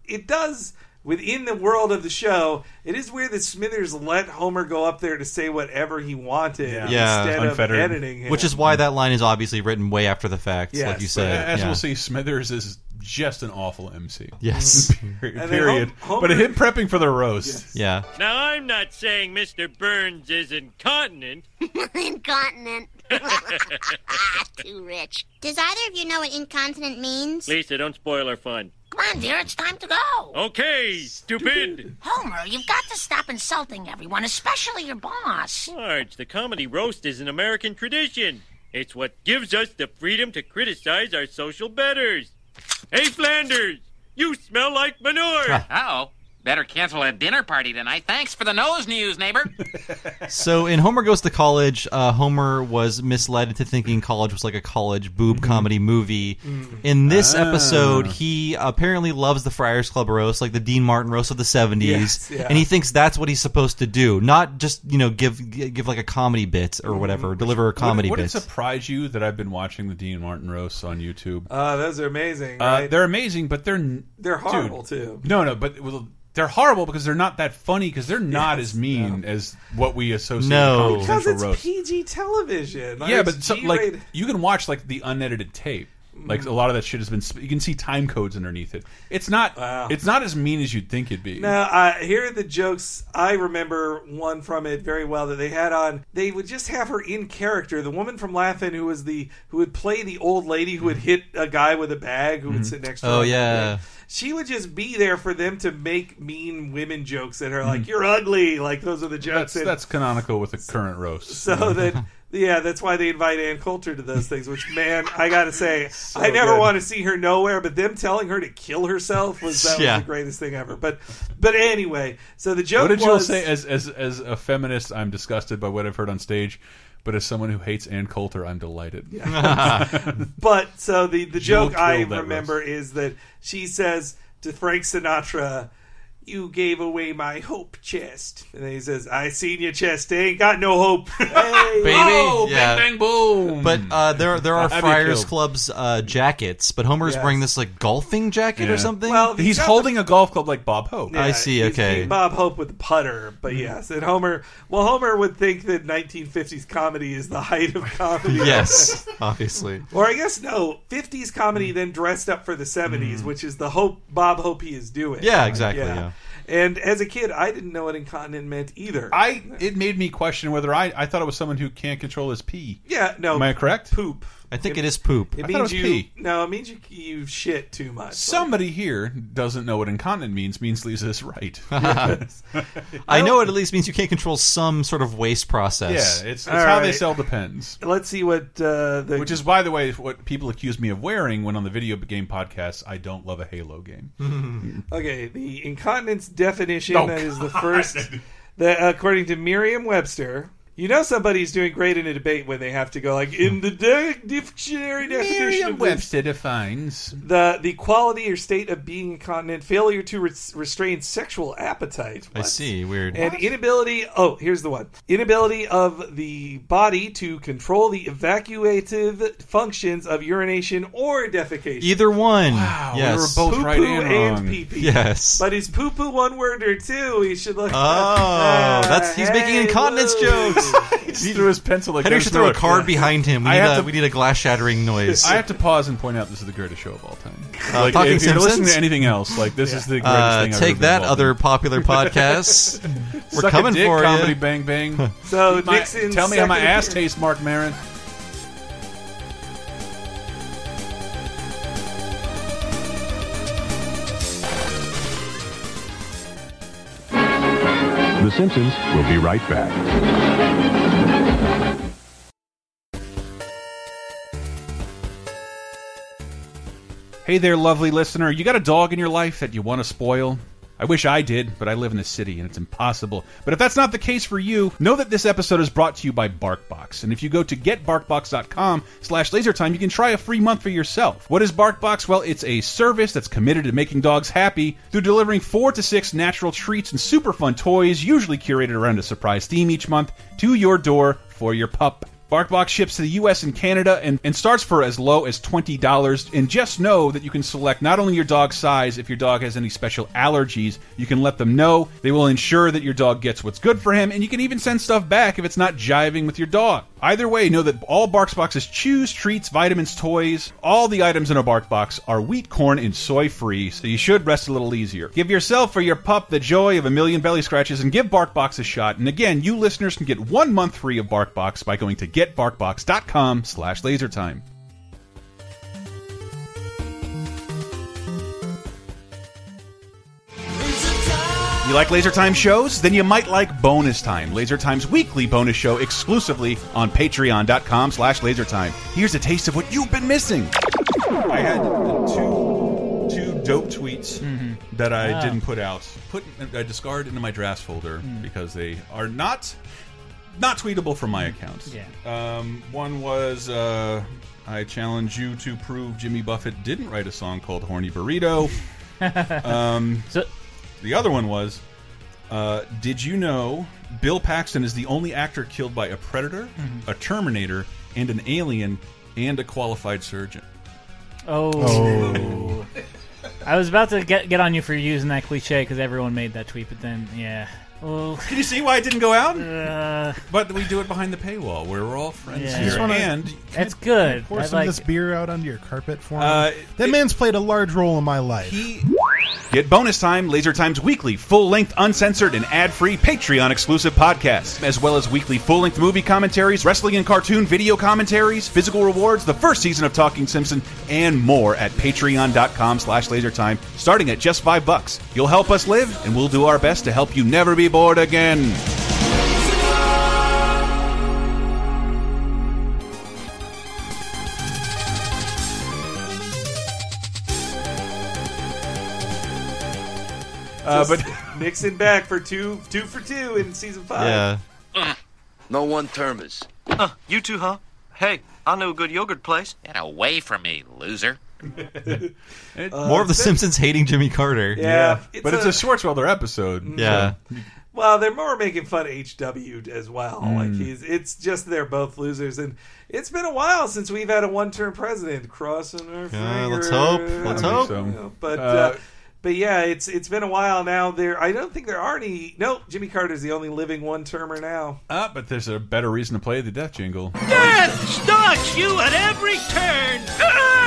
S4: It does. Within the world of the show, it is weird that Smithers let Homer go up there to say whatever he wanted
S3: Yeah,
S4: instead of
S1: unfettered.
S4: editing him.
S3: Which is why that line is obviously written way after the fact,
S4: Yes,
S3: like you
S4: but
S1: But
S3: said.
S1: Uh, as
S3: yeah.
S1: we'll see, Smithers is just an awful MC.
S3: Yes.
S1: Period.
S4: then
S1: Period.
S4: Hom-
S1: but
S4: Homer-
S1: him prepping for the roast.
S3: yeah.
S9: Now, I'm not saying Mr. Burns is incontinent.
S7: incontinent. Too rich. Does either of you know what incontinent means?
S9: Lisa, don't spoil our fun.
S7: Come on, dear, it's time to go.
S9: Okay, stupid.
S7: Homer, you've got to stop insulting everyone, especially your boss.
S9: Marge, the comedy roast is an American tradition. It's what gives us the freedom to criticize our social betters. Hey, Flanders, you smell like
S10: Ah.
S9: manure.
S8: Oh, better cancel a dinner party tonight. Thanks for the nose news, neighbor.
S3: So in Homer Goes to College, uh, Homer was misled into thinking college was like a college boob
S4: Mm-hmm.
S3: comedy movie. In this
S4: Ah.
S3: episode, he apparently loves the Friars Club roast, like the Dean Martin roast of the 70s,
S4: Yes, yeah.
S3: and he thinks that's what he's supposed to do, not just, you know, give give like a comedy bit
S4: Mm-hmm.
S3: or whatever, deliver a comedy
S1: Would, would it
S3: bit.
S1: surprise you that I've been watching the Dean Martin roasts on YouTube? Uh,
S4: uh, those are amazing. Right?
S1: they're amazing, but they're n-
S4: They're horrible
S1: dude.
S4: too.
S1: No, no, but well, they're horrible because they're not that funny because they're not as mean as what we associate
S3: No.
S1: with Comedy
S4: Because
S1: Central
S4: it's
S1: roast.
S4: PG television. Like,
S1: yeah,
S4: it's
S1: but so, like
S4: G-rated.
S1: you can watch like the unedited tape. Like a lot of that shit has been. sp- You can see time codes underneath it. It's not.
S4: Wow.
S1: It's not as mean as you'd think it'd be.
S4: Now, uh, here are the jokes. I remember one from it very well that they had on. They would just have her in character, the woman from Laughing, who was the who would play the old lady who would hit a guy with a bag who would sit next to her.
S3: Mm-hmm. Oh, yeah.
S4: She would just be there for them to make mean women jokes
S3: Mm-hmm.
S4: at her, like "you're ugly," like those are the jokes.
S1: that's
S4: and-
S1: that's canonical with the current roast.
S4: so that yeah, that's why they invite Ann Coulter to those things. Which man, I gotta say, I never
S1: good.
S4: want to see her nowhere. But them telling her to kill herself was that
S3: Yeah.
S4: was the greatest thing ever. But but anyway, so the joke
S1: What did
S4: was
S1: you say? As as as a feminist, I'm disgusted by what I've heard on stage, but as someone who hates Ann Coulter, I'm delighted. Oh,
S4: But so the the
S1: Jewel
S4: joke I
S1: killed that
S4: remember is that she says to Frank Sinatra, "You gave away my hope chest," and then he says, "I seen your chest, they ain't got no hope." Hey.
S1: Oh,
S3: Yeah.
S1: bang bang boom!
S3: But uh, there there are
S1: I'd be
S3: Friars
S1: killed.
S3: Club's uh, jackets, but Homer's
S4: Yes.
S3: wearing this like golfing jacket or
S1: Yeah.
S3: something.
S4: Well,
S1: he's
S4: got the
S1: holding a golf club like Bob Hope.
S3: I see,
S4: he's
S3: okay.
S4: beating Bob Hope with the putter, but yes, and Homer. Well, Homer would think that 1950s comedy is the height of comedy.
S3: yes, obviously.
S4: or I guess no, 50s comedy then dressed up for the 70s,
S1: Mm.
S4: which is the Hope Bob Hope he is doing.
S3: Yeah, exactly. yeah.
S4: And as a kid, I didn't know what incontinent meant either.
S1: I it made me question whether I I thought it was someone who can't control his pee.
S4: yeah, no,
S1: Am I correct?
S4: poop.
S3: I think it is poop.
S4: It
S1: I thought it
S4: means
S1: was
S4: you.
S1: pee.
S4: No, it means you you shit too much.
S1: Somebody here doesn't know what incontinent means. Means Lisa is right. yeah,
S3: I know it at least means you can't control some sort of waste process.
S1: it's, it's
S4: All
S1: how they
S4: right.
S1: sell depends.
S4: Like, let's see what uh, the
S1: Which is, by the way, what people accuse me of wearing when on the video game podcast, I don't love a Halo game.
S4: Okay, the incontinence definition
S1: Oh,
S4: that is the first that according to Merriam-Webster, you know somebody's doing great in a debate when they have to go like in the de- dictionary definition of this,
S1: defines
S4: the the quality or state of being incontinent, failure to res- restrain sexual appetite.
S3: I
S4: What?
S3: see. Weird.
S4: And inability. Oh, here's the one. Inability of the body to control the evacuative functions of urination or defecation.
S3: Either one.
S1: Wow, we
S3: yes.
S1: were both-
S4: poo poo
S1: right and wrong.
S4: and pee pee.
S3: Yes.
S4: But is poo poo one word or two? He should look.
S3: Oh, that's he's making incontinence jokes.
S1: he threw his pencil.
S3: Henry should throw a card behind him. We
S1: I
S3: need,
S1: have
S3: a,
S1: to-
S3: we need a glass shattering noise.
S1: I have to pause and point out this is the greatest show of all time. like,
S3: Uh, Talking
S1: if you're
S3: Simpsons?
S1: listening to anything else, like this is the greatest
S3: uh,
S1: thing. I've
S3: take
S1: ever been
S3: that,
S1: involved
S3: other
S1: in.
S3: popular podcasts. We're
S1: Suck a
S3: coming
S1: dick,
S3: for you.
S1: comedy bang bang.
S4: So
S1: My-
S4: Nixon,
S1: tell me how my ass
S4: second-
S1: tastes, Mark Maron.
S11: The Simpsons will be right back.
S1: Hey there, lovely listener. You got a dog in your life that you want to spoil? I wish I did, but I live in the city and it's impossible. But if that's not the case for you, know that this episode is brought to you by BarkBox. And if you go to getbarkbox.com slash lasertime, you can try a free month for yourself. What is BarkBox? Well, it's a service that's committed to making dogs happy through delivering four to six natural treats and super fun toys, usually curated around a surprise theme each month, to your door for your pup. BarkBox ships to the US and Canada and, and starts for as low as $20. And just know that you can select not only your dog's size, if your dog has any special allergies, you can let them know. They will ensure that your dog gets what's good for him, and you can even send stuff back if it's not jiving with your dog. Either way, know that all Barks boxes chews, treats, vitamins, toys, all the items in a Bark box are wheat, corn, and soy free, so you should rest a little easier. Give yourself or your pup the joy of a million belly scratches and give BarkBox a shot. And again, you listeners can get one month free of BarkBox by going to getbarkbox.com slash lasertime. You like Laser Time shows? Then you might like Bonus Time, Laser Time's weekly bonus show exclusively on patreon.com slash lasertime. Here's a taste of what you've been missing. I had two, two dope tweets that I
S12: Ah. Mm.
S1: didn't put out. Put I discarded into my drafts folder because they are not not tweetable from my account.
S12: Mm. Yeah.
S1: Um, one was uh, I challenge you to prove Jimmy Buffett didn't write a song called "Horny Burrito." um, the other one was, uh, did you know Bill Paxton is the only actor killed by a predator,
S12: Mhm.
S1: a Terminator, and an alien, and a qualified surgeon?
S12: Oh.
S1: Oh.
S12: I was about to get get on you for using that cliche because everyone made that tweet, but then yeah. Oh.
S1: Can you see why it didn't go out?
S12: Uh,
S1: but we do it behind the paywall where we're all friends
S12: Yeah. I
S1: here.
S12: just wanna-
S1: and
S12: That's good.
S10: Pour
S12: I
S10: some
S12: like
S10: of this beer out onto your carpet for me.
S1: Uh,
S10: that man's played a large role in my life.
S1: Get bonus time, Laser Time's weekly, full length, uncensored, and ad free Patreon exclusive podcast, as well as weekly full length movie commentaries, wrestling and cartoon video commentaries, physical rewards, the first season of Talking Simpson, and more at patreon.com slash lasertime, starting at just five bucks. You'll help us live, and we'll do our best to help you never be bored again.
S4: Uh,
S1: but
S4: Nixon back for two, two for two in season five.
S5: No one thermos.
S13: Uh, you two, huh? Hey, I know a good yogurt place.
S8: Get away from me, loser.
S1: Uh,
S3: More of the Simpsons hating Jimmy Carter.
S4: Yeah, Yeah. it's But it's a- Mm-hmm. a
S1: Schwartzwelder episode.
S3: Yeah.
S4: Well, they're more making fun of HW as well. Like
S3: Mm.
S4: he's, it's just they're both losers, and it's been a while since we've had a one-term president crossing our
S3: Yeah,
S4: fingers.
S3: let's hope. Let's
S4: I
S3: hope.
S4: think so. But uh,
S3: Uh,
S4: but yeah, it's it's been a while now. There, I don't think there are any. No, Jimmy Carter's the only living one-termer now.
S1: Ah, but there's a better reason to play the death jingle.
S13: Death stalks you at every turn.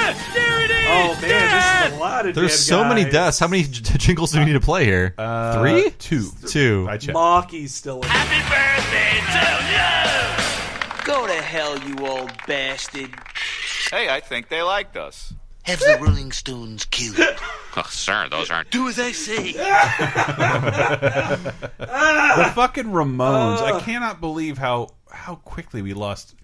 S13: Ah, there it is.
S4: Oh man, this is a lot of
S3: There's
S4: dead
S3: so many
S4: guys.
S3: deaths. How many j- jingles do we need to play here?
S1: Uh,
S3: Three?
S1: Two.
S3: Two.
S1: I checked.
S4: Mocky's still. in
S14: Go to hell, you old bastard.
S15: Hey, I think they liked us.
S5: Have the Rolling Stones killed.
S8: Oh, sir, those aren't.
S5: Do as I say.
S1: the fucking Ramones. I
S4: Ah.
S1: cannot believe how how quickly we lost.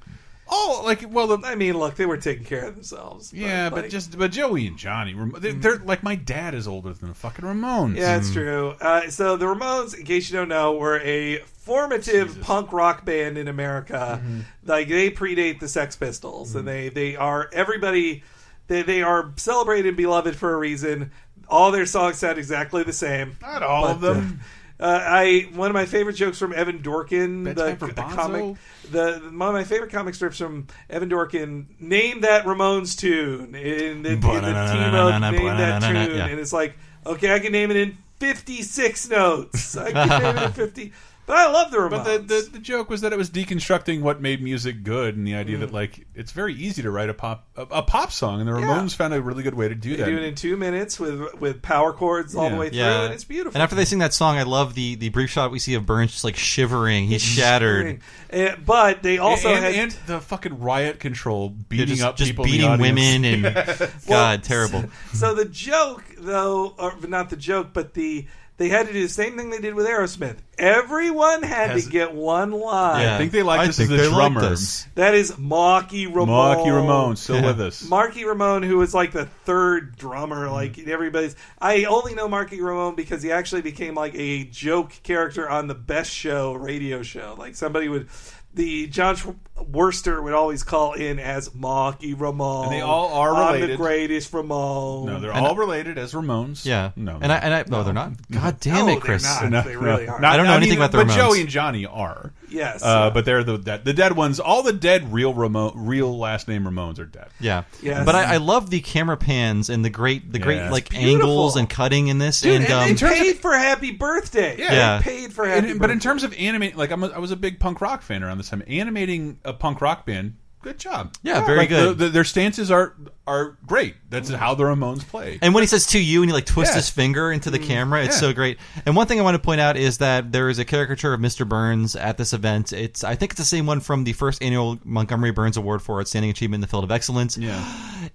S4: Oh, like well, the, I mean, look, they were taking care of themselves.
S1: Yeah, but,
S4: like- Mm.
S1: just but Joey and Johnny, Ram- they're, they're like my dad is older than the fucking Ramones.
S4: Yeah,
S3: Mm. Hmm.
S4: it's true. Uh, so the Ramones, in case you don't know, were a formative punk rock band in America.
S3: Mm-hmm.
S4: Like they predate the Sex Pistols, and they they are everybody. They they are celebrated and beloved for a reason. All their songs sound exactly the same.
S1: Not all of
S4: But,
S1: them.
S4: Uh, uh, I one of my favorite jokes from Evan Dorkin,
S1: Bedtime
S4: the,
S1: for
S4: the
S1: Bonzo?
S4: comic. The one of my favorite comic strips from Evan Dorkin. Name that Ramones tune in the, in the team of
S3: Ba-na-na-na-na-na-na,
S4: name that
S3: ba-na-na-na-na,
S4: tune,
S3: yeah.
S4: and it's like okay, I can name it in fifty six notes. I can name it in fifty. But I love the Ramones.
S1: But the, the the joke was that it was deconstructing what made music good, and the idea
S4: Mm.
S1: that like it's very easy to write a pop a, a pop song, and the Ramones found a really good way to do
S4: They
S1: that.
S4: do it in two minutes with with power chords all the way through, and it's beautiful.
S3: And after they sing that song, I love the the brief shot we see of Burns just like shivering. He's shattered.
S4: Uh, but they also
S1: and,
S4: had
S1: and the fucking riot control
S3: Yeah,
S1: beating
S3: just-
S1: up
S3: just
S1: people, in the
S3: beating
S1: audience.
S3: women and-
S1: Yes.
S3: God, terrible.
S4: So the joke, though, or not the joke, but the They had to do the same thing they did with Aerosmith. Everyone had
S1: Has-
S4: to get one line.
S1: Yeah, I think they liked I us as think the they liked drummer. us.
S4: That is Marky Ramone.
S1: Marky Ramone, still Yeah. with us.
S4: Marky Ramone, who was like the third drummer,
S1: Mm-hmm.
S4: like everybody's. I only know Marky Ramone because he actually became like a joke character on the Best Show radio show. Like somebody would. The John Sch- Worcester would always call in as Marky Ramone.
S1: And they all are
S4: I'm the
S1: related.
S4: greatest Ramone.
S1: No, they're
S3: And-
S1: all related as Ramones.
S3: Yeah.
S1: No.
S3: And I and I no, they're not. God damn
S1: No,
S3: it, Chris.
S1: they're not. They really aren't.
S3: I don't know
S1: Not- I mean,
S3: anything about the
S1: but
S3: Ramones.
S1: Joey and Johnny are.
S4: Yes.
S1: Uh, But they're the dead, the dead ones. All the dead real Ramon, real last name Ramones are dead.
S3: Yeah,
S1: Yes.
S3: but I, I love the camera pans and the great, the great
S1: Yeah.
S3: like
S1: Beautiful.
S3: angles and cutting in this.
S1: Dude,
S3: and,
S1: and-
S3: um,
S1: and turn-
S4: paid for Happy Birthday.
S1: Yeah.
S3: Yeah.
S4: paid for
S1: And-
S4: Happy
S1: but in terms of animating, like I'm a, I was a big punk rock fan around this time. Animating a punk rock band, good job.
S3: Yeah, very
S1: Like,
S3: good.
S1: the- the- their stances are are great. That's how the Ramones play.
S3: And when he says to you and he like twists
S1: Yeah.
S3: his finger into the
S1: Mm.
S3: camera, it's
S1: Yeah.
S3: so great. And one thing I want to point out is that there is a caricature of Mr. Burns at this event. It's I think it's the same one from the first annual Montgomery Burns Award for Outstanding Achievement in the Field of Excellence.
S1: Yeah.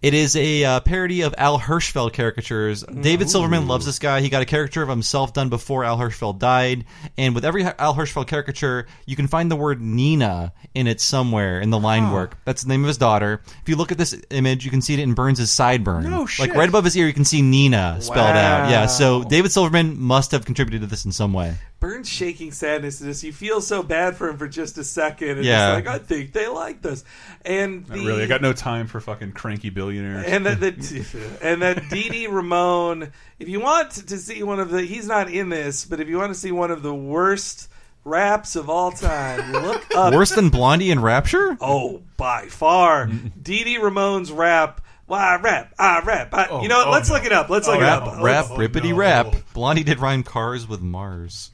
S3: It is a uh, parody of Al Hirschfeld caricatures.
S1: Mm,
S3: David Silverman loves this guy. He got a caricature of himself done before Al Hirschfeld died. And with every Al Hirschfeld caricature, you can find the word Nina in it somewhere in the line work. That's the name of his daughter. If you look at this image, you can see it in Burns' sideburn.
S1: No shit.
S3: Like right above his ear, you can see Nina spelled out. Yeah, so David Silverman must have contributed to this in some way.
S4: Burns shaking sadness in this. You feel so bad for him for just a second. And
S3: Yeah.
S4: it's like I think they like this, and
S1: Not
S4: the,
S1: really. I got no time for fucking cranky billionaires.
S4: and that the and that Didi Ramone. If you want to see one of the, he's not in this, but if you want to see one of the worst raps of all time, look
S1: Uh,
S4: up
S3: Worse than Blondie and Rapture?
S4: Oh, by far.
S3: Mm-hmm.
S4: Didi Ramone's rap. Why I rap? I rap. I, you know what?
S3: oh,
S4: Let's
S3: no.
S4: look it up. Let's look it
S3: rap,
S1: Oh,
S4: up.
S3: rap,
S4: Let's-
S3: rippity rap. Blondie did rhyme cars with Mars.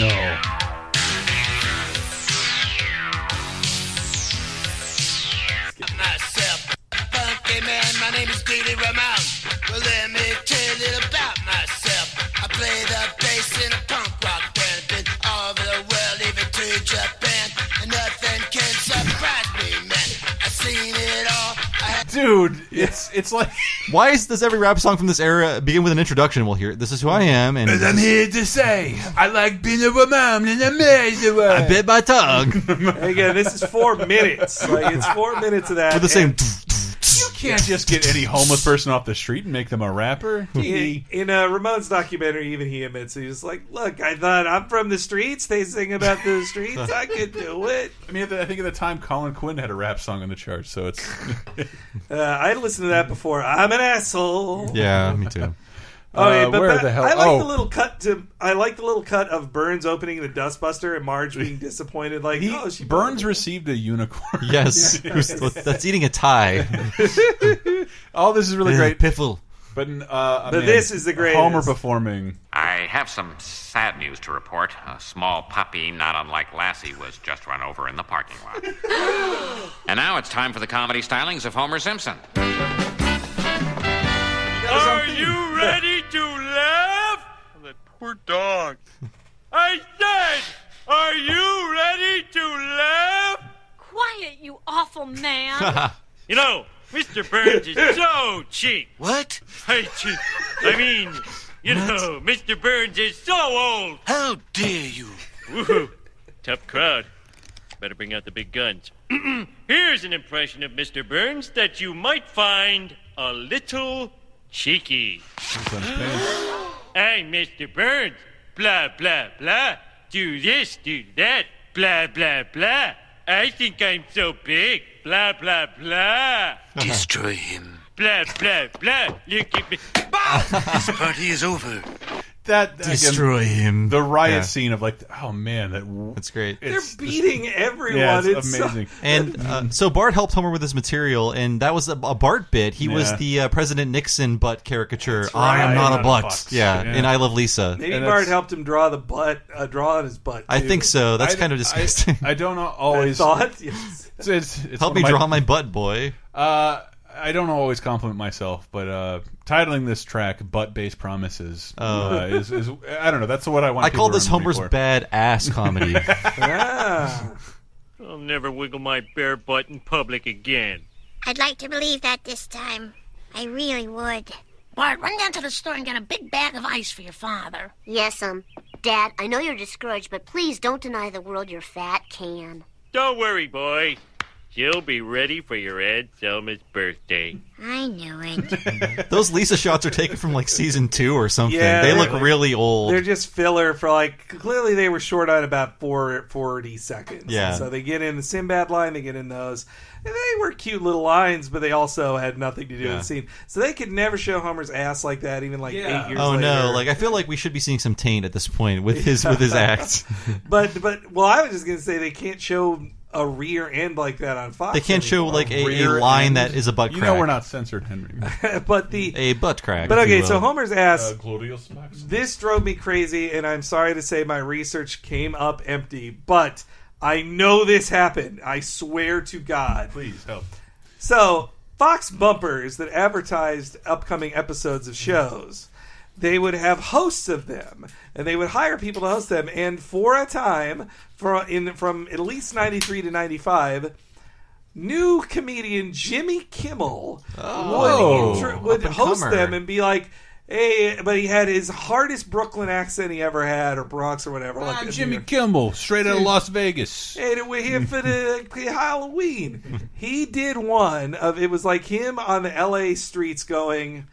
S1: No.
S13: myself. Funky man, my name is Didi Ramon. Well, let me tell you about myself. I play the bass in a punk rock band. Been all over the world, even to Japan. And nothing can surprise me, man. I've seen it all.
S1: Dude, it's it's like
S3: Why is, does every rap song from this era begin with an introduction? Well, here, this is who I am, and
S1: I'm here to say I like being a woman in a amazing way.
S3: I bit my tongue.
S4: Again, this is four minutes. Like it's four minutes of that.
S1: With the same-
S4: and-
S1: You can't just get any homeless person off the street and make them a rapper.
S4: He- in uh, Ramon's documentary, even he admits he's just like, "Look, I thought I'm from the streets. They sing about the streets. I could do it."
S1: I mean, at the- I think at the time Colin Quinn had a rap song on the charts, so it's
S4: Uh, I listened to that before. I'm an asshole.
S3: yeah, me too.
S4: Oh, yeah, but
S1: where
S4: that-
S1: the hell?
S4: I like
S1: oh,
S4: the little cut to. I like the little cut of Burns opening the Dustbuster and Marge being disappointed. Like, oh, she
S1: Burns received a unicorn.
S3: Yes, who's- that's eating a tie.
S1: All this is really
S3: Uh,
S1: great.
S3: Piffle.
S1: But uh,
S4: But
S1: man,
S4: this is the greatest.
S1: Homer performing.
S8: I have some sad news to report. A small puppy, not unlike Lassie, was just run over in the parking lot. and now it's time for the comedy stylings of Homer Simpson.
S9: Are you ready to laugh? Oh, that poor dog. I said, are you ready to laugh?
S16: Quiet, you awful man.
S9: you know, Mr. Burns is so cheap. What? I just, I mean, you know, Mr. Burns is so old. How dare you? Woohoo. Tough crowd. Better bring out the big guns. Here's an impression of Mr. Burns that you might find a little cheeky. Hey, Mr. Burns. Blah, blah, blah. Do this, do that. Blah, blah, blah. I think I'm so big. Blah, blah, blah.
S5: Destroy him.
S9: Blah, blah, blah. Look at me.
S5: This party is over.
S1: That again,
S5: Destroy him.
S1: The riot
S5: Yeah.
S1: scene of like, oh man, that
S3: that's great.
S4: They're beating everyone.
S1: Yeah, it's
S4: It's so-
S1: amazing.
S3: And uh, so Bart helped Homer with his material, and that was a, a Bart bit. He was
S1: Yeah.
S3: the uh, President Nixon butt caricature.
S4: right.
S3: I am not, a butt. Yeah,
S1: Yeah.
S3: and I love Lisa.
S4: Maybe
S1: And
S4: Bart
S1: that's-
S4: helped him draw the butt, uh, draw on his butt.
S3: I
S4: too.
S3: think so. That's
S1: I-
S3: kind of disgusting.
S1: I don't always
S4: thought, yes.
S1: It's- it's- it's
S3: Help
S1: one
S3: me
S1: of
S3: draw my butt, boy.
S1: Uh, I don't always compliment myself, but uh, titling this track "Butt Based Promises"
S3: Oh.
S1: uh, is, is I don't know. That's what I want.
S3: I
S1: people
S3: call
S1: to
S3: this
S1: remember
S3: Homer's
S1: me for.
S3: bad ass comedy.
S9: I'll never wiggle my bare butt in public again.
S7: I'd like to believe that this time. I really would.
S17: Bart, run down to the store and get a big bag of ice for your father.
S7: Yes, um, Dad, I know you're discouraged, but please don't deny the world your fat can.
S9: Don't worry, boy. She'll be ready for your Aunt Selma's birthday.
S7: I knew it.
S3: Those Lisa shots are taken from like season two or something.
S4: Yeah,
S3: they
S4: they're
S3: look
S4: like-
S3: really old.
S4: They're just filler for like clearly they were short on about four forty seconds.
S3: Yeah.
S4: So they get in the Sinbad line, they get in those. And they were cute little lines, but they also had nothing to do with
S3: Yeah.
S4: the scene. So they could never show Homer's ass like that, even like eight years
S3: Oh
S4: later.
S3: no! Like I feel like we should be seeing some taint at this point with his with his act.
S4: But but well I was just gonna say they can't show a rear end like that on Fox.
S3: They can't show
S4: anymore.
S3: like a, a line that is a butt
S1: You
S3: crack.
S1: know we're not censored, Henry.
S4: but the
S3: a butt crack.
S4: But
S3: if you
S4: okay, so
S3: will.
S4: Homer's ass.
S1: Uh, Claudius Maximus.
S4: This drove me crazy, and I'm sorry to say my research came up empty. But I know this happened. I swear to God.
S1: Please help.
S4: So Fox bumpers that advertised upcoming episodes of shows. They would have hosts of them, and they would hire people to host them. And for a time, for in from at least ninety three to ninety five, new comedian Jimmy Kimmel
S13: Oh.
S4: would, intro- would
S13: Up and
S4: host
S13: comer.
S4: them and be like, "Hey," but he had his hardest Brooklyn accent he ever had, or Bronx, or whatever. like
S1: I'm
S4: a New
S1: Jimmy
S4: York-
S1: Kimmel, straight out of Las Vegas.
S4: and we're here for the for Halloween. He did one of it was like him on the L.A. streets going,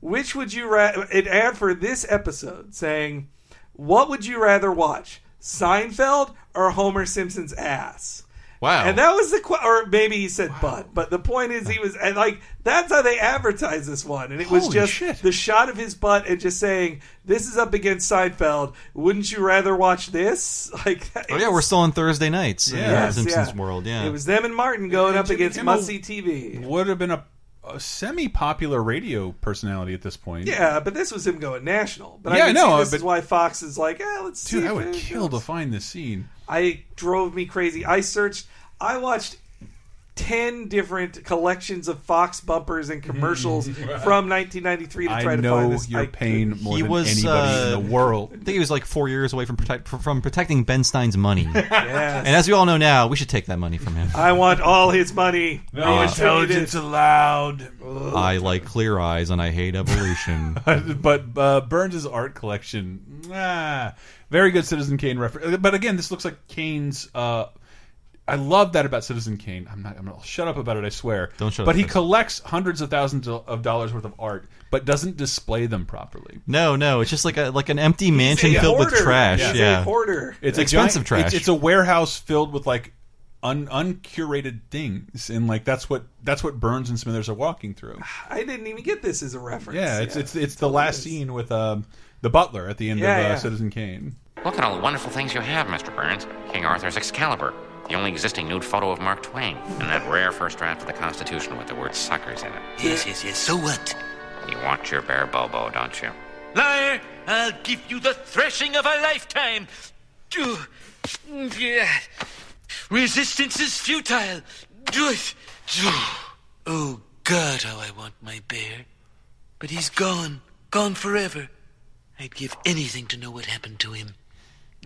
S4: "Which would you rather?" An ad for this episode saying, "What would you rather watch, Seinfeld or Homer Simpson's ass?"
S3: Wow.
S4: And that was the qu- or maybe he said butt, but the point is he was and like that's how they advertised this one, and it was
S1: Holy
S4: just the shot of his butt and just saying this is up against Seinfeld. Wouldn't you rather watch this? Like
S3: Oh yeah, we're still on Thursday nights. in
S4: Yes,
S3: Simpsons
S4: yeah.
S3: World. Yeah,
S4: It was them and Martin going
S1: And
S4: up
S1: Jimmy
S4: against
S1: Kimmel
S4: must see TV.
S1: Would have been a, a semi-popular radio personality at this point.
S4: Yeah, but this was him going national. But
S1: Yeah,
S4: I
S1: I
S4: can
S1: know,
S4: see this
S1: but-
S4: is why Fox is like, eh, let's see.
S1: dude, I
S4: if
S1: would
S4: it-
S1: kill to find this scene.
S4: I drove me crazy. I searched. I watched. 10 different collections of Fox bumpers and commercials from 1993 to try
S1: I
S4: to find
S1: know
S4: this.
S1: your
S4: I-
S1: pain more
S3: he
S1: than
S3: was
S1: anybody
S3: uh,
S1: in the world.
S3: I think he was like four years away from protect, from protecting Ben Stein's money.
S4: Yes.
S3: And as we all know now, we should take that money from him.
S4: I want all his money.
S1: Uh,
S3: No
S1: intelligence allowed.
S3: I like clear eyes and I hate evolution.
S1: but uh, Burns' art collection, ah, very good Citizen Kane reference. But again, this looks like Kane's. Uh, I love that about Citizen Kane. I'm not. I'm not. I'll shut up about it. I swear. Don't
S3: shut
S1: But
S3: up,
S1: he
S3: Chris.
S1: collects hundreds of thousands of dollars worth of art, but doesn't display them properly.
S3: No, no, it's just like a like an empty mansion filled with trash. yeah,
S1: It's
S3: It's expensive
S1: a giant-
S3: trash.
S1: It's, it's a warehouse filled with like un, uncurated things, and like that's what that's what Burns and Smithers are walking through.
S4: I didn't even get this as a reference.
S1: Yeah, it's it's it's the last scene with um, the butler at the end
S4: Yeah,
S1: of uh,
S4: yeah.
S1: Citizen Kane.
S8: Look at all the wonderful things you have, Mr. Burns. King Arthur's Excalibur, the only existing nude photo of Mark Twain, and that rare first draft of the Constitution with the word suckers in it.
S5: Yes, yes, yes. So what?
S8: You want your bare Bobo, don't you?
S5: Liar! I'll give you the threshing of a lifetime. Do- yeah. Resistance is futile. Do it. Do- Oh God, how I want my bear. But he's gone, gone forever. I'd give anything to know what happened to him.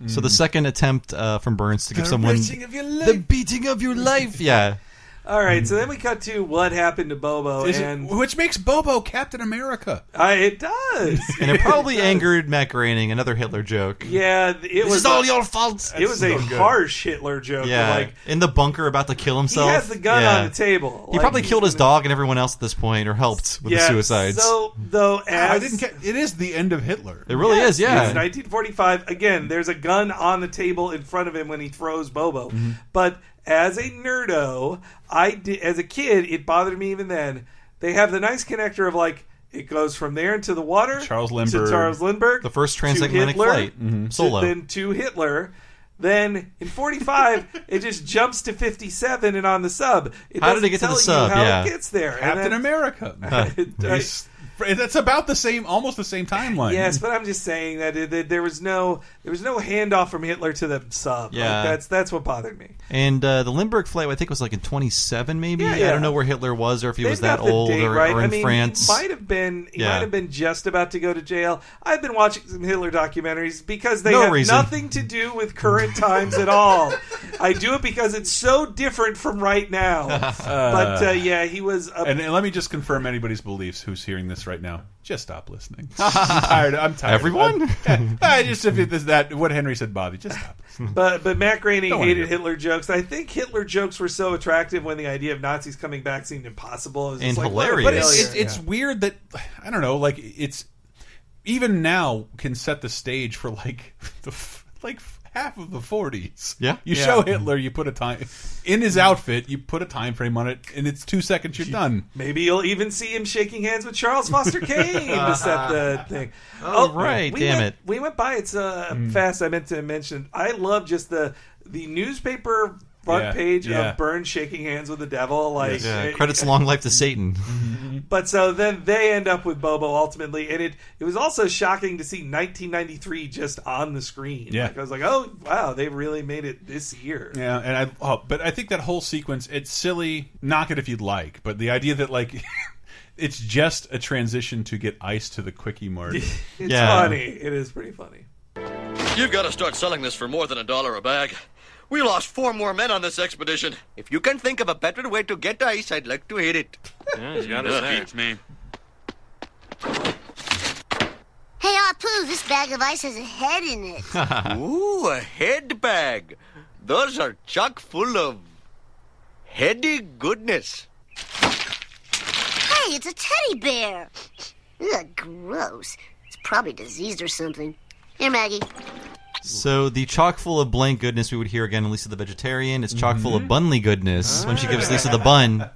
S3: so the second attempt uh, from Burns to give someone
S4: Mm. of
S5: your
S3: the beating of your life. Yeah,
S4: All right, so then we cut to what happened to Bobo,
S1: Mm. Is it-
S4: and
S1: which makes Bobo Captain America.
S4: I, it does,
S3: and it probably angered Matt Groening, another Hitler joke.
S4: Yeah, th- it
S3: This
S4: was
S3: is all
S4: a-
S3: your fault.
S4: It was
S3: That's
S4: a
S3: so good.
S4: harsh Hitler joke.
S3: Yeah,
S4: Yeah, like
S3: in the bunker about to kill himself.
S4: has the gun
S3: Yeah.
S4: on the table.
S3: He
S4: Like,
S3: probably
S4: he's
S3: killed his dog and everyone else at this point, or helped with the
S4: yeah,
S3: suicides.
S4: So though,
S1: I
S4: as-
S1: didn't get. It is the end of Hitler.
S3: it really is. Yeah,
S4: It's 1945. Again, there's a gun on the table in front of him when he throws Bobo.
S3: Mm-hmm.
S4: But as a nerdo, I did, as a kid, it bothered me even then. They have the nice connector of like it goes from there into the water.
S1: Charles
S4: to
S1: Lindbergh.
S4: Charles Lindbergh,
S3: The first
S4: to
S3: transatlantic
S4: Hitler,
S3: flight. Mhm.
S4: to-
S3: Solo.
S4: then to Hitler. Then in 45, it just jumps to 57 and on the sub. It
S3: How did
S4: doesn't
S3: it get to the
S4: tell you
S3: sub?
S4: How
S3: Yeah.
S4: it gets there. And
S1: Captain
S4: then-
S1: America. It's- That's about the same, almost the same timeline.
S4: Yes, but I'm just saying that, it, that there was no there was no handoff from Hitler to the sub. Like,
S3: Yeah.
S4: that's that's what bothered me.
S3: And uh, the Lindbergh flight, I think, was like in 27, maybe.
S4: Yeah, yeah.
S3: I don't know where Hitler was or if he
S4: They've
S3: was that
S4: got the
S3: old
S4: date
S3: or,
S4: right.
S3: or in
S4: I mean,
S3: France.
S4: He might have been. He
S3: Yeah.
S4: might have been just about to go to jail. I've been watching some Hitler documentaries because they
S3: No
S4: have
S3: reason.
S4: nothing to do with current times at all. I do it because it's so different from right now. but uh, yeah, he was. A,
S1: and, and let me just confirm anybody's beliefs who's hearing this right now. Just stop listening. I'm tired. I'm tired.
S3: Everyone?
S1: I'm- I just if it is that what Henry said, Bobby. Just stop.
S4: But but Matt Groening
S1: Don't wanna hear
S4: hated Hitler jokes. I think Hitler jokes were so attractive when the idea of Nazis coming back seemed impossible. It was just
S3: And
S4: like, what a
S3: hilarious.
S1: But it's, it's,
S4: failure.
S1: it's weird that I don't know. Like it's even now can set the stage for like the f- like half of the 40s.
S3: Yeah.
S1: you
S3: Yeah.
S1: show Hitler, you put a time in his outfit, you put a time frame on it, and it's two seconds. You're done.
S4: Maybe you'll even see him shaking hands with Charles Foster Kane to set the thing.
S3: Oh, right,
S4: we
S3: damn
S4: went,
S3: it.
S4: We went by it uh,
S3: Mm.
S4: fast. I meant to mention. I love just the the newspaper front
S3: Yeah,
S4: page
S3: yeah.
S4: of Byrne shaking hands with the devil. Like
S3: yeah,
S4: it-
S3: Uh, credits long life to Satan.
S4: But so then they end up with Bobo ultimately, and it it was also shocking to see 1993 just on the screen.
S1: Yeah.
S4: like, I was like, oh wow, they really made it this year.
S1: Yeah, and I oh, but I think that whole sequence it's silly. Knock it if you'd like, but the idea that like it's just a transition to get ice to the quickie mart.
S4: It's funny. It is pretty funny.
S18: You've got to start selling this for more than a dollar a bag. We lost four more men on this expedition. If you can think of a better way to get ice, I'd like to hear it.
S9: you gotta
S18: Look.
S9: speak me.
S7: Hey, Apu, this bag of ice has a head in it.
S18: Ooh, a head bag. Those are chock full of heady goodness.
S7: Hey, it's a teddy bear. Ugh, gross. It's probably diseased or something. Here, Maggie.
S3: So the chock full of blank goodness we would hear again in Lisa the Vegetarian is chock full of
S4: Mm-hmm.
S3: bunly goodness when she gives Lisa the bun.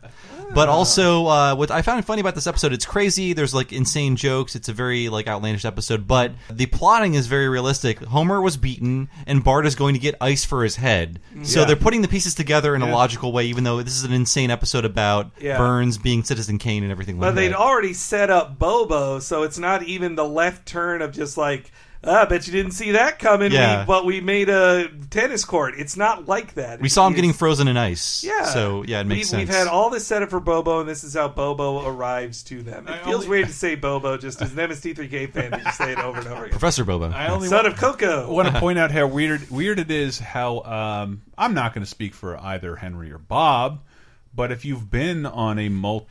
S3: But also, uh, what I found funny about this episode, it's crazy. There's like insane jokes. It's a very like outlandish episode, but
S4: Mm-hmm.
S3: the plotting is very realistic. Homer was beaten, and Bart is going to get ice for his head. So
S12: Yeah.
S3: they're putting the pieces together in a
S4: Yeah.
S3: logical way, even though this is an insane episode about
S4: Yeah.
S3: Burns being Citizen Kane and everything
S4: But
S3: like
S4: they'd
S3: that.
S4: already set up Bobo, so it's not even the left turn of just like, ah, I bet you didn't see that coming.
S3: Yeah.
S4: We, but we made a tennis court. It's not like that.
S3: we saw him
S4: It's-
S3: getting frozen in ice.
S4: Yeah.
S3: So yeah, it makes
S4: we've,
S3: sense.
S4: We've had all this set up for Bobo, and this is how Bobo arrives to them. It feels weird to say Bobo, just as an MST3K fan, to just say it over and over again.
S3: Professor Bobo.
S1: I only
S4: Son
S1: wa-
S4: of Coco.
S1: want
S3: Uh-huh.
S1: to point out how weird weird it is. How um, I'm not going to speak for either Henry or Bob, but if you've been on a mul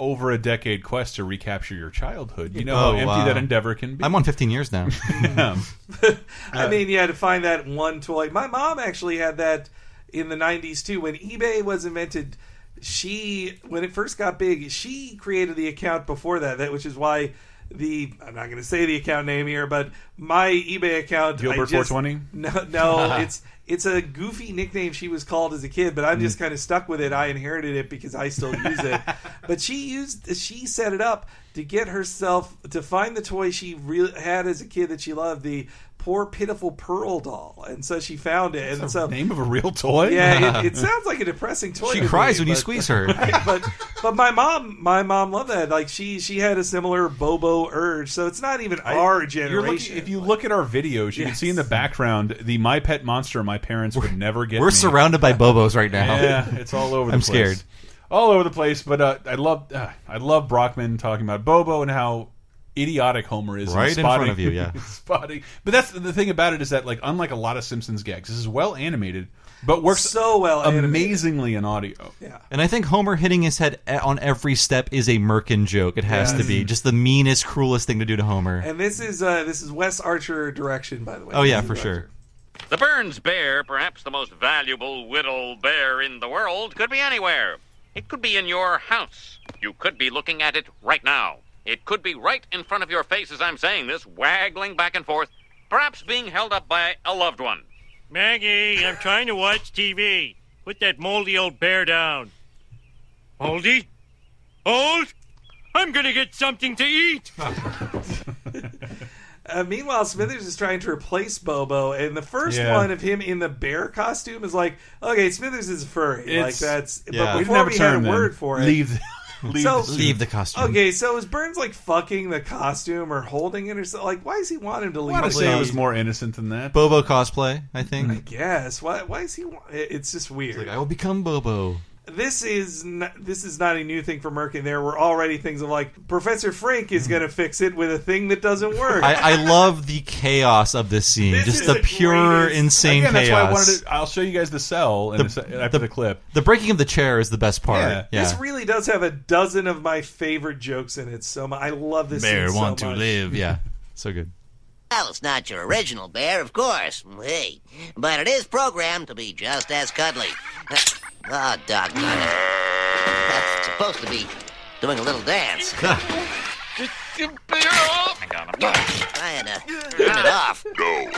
S1: over a decade quest to recapture your childhood, you know how
S3: Oh,
S1: empty
S3: wow.
S1: that endeavor can be.
S3: I'm on 15 years now.
S1: Um,
S4: I mean, yeah, to find that one toy. My mom actually had that in the 90s too. When eBay was invented, she, when it first got big, she created the account before that, that which is why the I'm not going to say the account name here, but my eBay account I
S1: Gilbert
S4: just-
S1: 420?
S4: No, no, it's it's a goofy nickname she was called as a kid, but I'm just kind of stuck with it. I inherited it because I still use it. but she used she set it up to get herself to find the toy she re- had as a kid that she loved the poor pitiful pearl doll, and so she found it. and so
S1: name of a real toy? Uh-huh.
S4: Yeah, it, it sounds like a depressing toy.
S3: She
S4: to me,
S3: cries when you
S4: but-
S3: squeeze her.
S4: but but my mom my mom loved that. Like she she had a similar Bobo urge, so it's not even our generation.
S1: You're looking- if you look at our videos, you can see in the background the My Pet Monster my parents would never get.
S3: We're
S1: me.
S3: surrounded by Bobos right now.
S1: Yeah, it's all over. The
S3: I'm
S1: place.
S3: scared.
S1: All over the place, but uh, I love uh, I love Brockman talking about Bobo and how idiotic Homer is.
S3: Right in
S1: spotting,
S3: front of you, yeah.
S1: spotting. But that's the thing about it is that like unlike a lot of Simpsons gags, this is well animated, but works
S4: so well,
S1: amazingly in audio.
S4: Yeah,
S3: And I think Homer hitting his head e- on every step is a Merkin joke. It has
S4: Yes.
S3: to be just the meanest, cruelest thing to do to Homer.
S4: And this is uh, this is Wes Archer direction, by the way.
S3: oh yeah, for sure.
S8: The Burns bear, perhaps the most valuable whittle bear in the world, could be anywhere. It could be in your house. You could be looking at it right now. It could be right in front of your face as I'm saying this, waggling back and forth, perhaps being held up by a loved one.
S9: Maggie, I'm trying to watch TV. Put that moldy old bear down. Moldy? Old? I'm gonna get something to eat.
S4: Uh, meanwhile, Smithers is trying to replace Bobo, and the first
S1: Yeah.
S4: one of him in the bear costume is like, okay, Smithers is a furry, like
S1: It's-
S4: that's.
S1: yeah.
S4: But
S1: We've
S4: before
S1: never
S4: we had a
S1: termed them.
S4: word for it,
S1: Leave- leave the suit. Leave
S3: the costume.
S4: Okay, so is Burns like fucking the costume or holding it or something? Like, why does he want him to leave?
S1: I
S4: the
S1: would say it was
S4: suit?
S1: more innocent than that.
S3: Bobo cosplay, I think.
S4: Yes. Why? Why is he? wa- It's just weird.
S3: Like I will become Bobo.
S4: this is n this is not a new thing for Merkin. There were already things of like Professor Frank
S1: Hmm.
S4: is going to fix it with a thing that doesn't work.
S3: I, I love the chaos of this scene. Just the, pure, insane
S1: Again, that's
S3: chaos.
S1: why I wanted to. I'll show you guys the cell in a se- after the, clip.
S3: The breaking of the chair is the best part. Yeah.
S4: This really does have a dozen of my favorite jokes in it. So mu I love this.
S3: Bear
S4: scene so
S3: want to
S4: much.
S3: live. Yeah. So good.
S19: Well, it's not your original bear, of course. Hey, but it is programmed to be just as cuddly. Ah, oh, doggone it. That's supposed to be doing a little dance. Hang on, I'm trying to turn it off. No,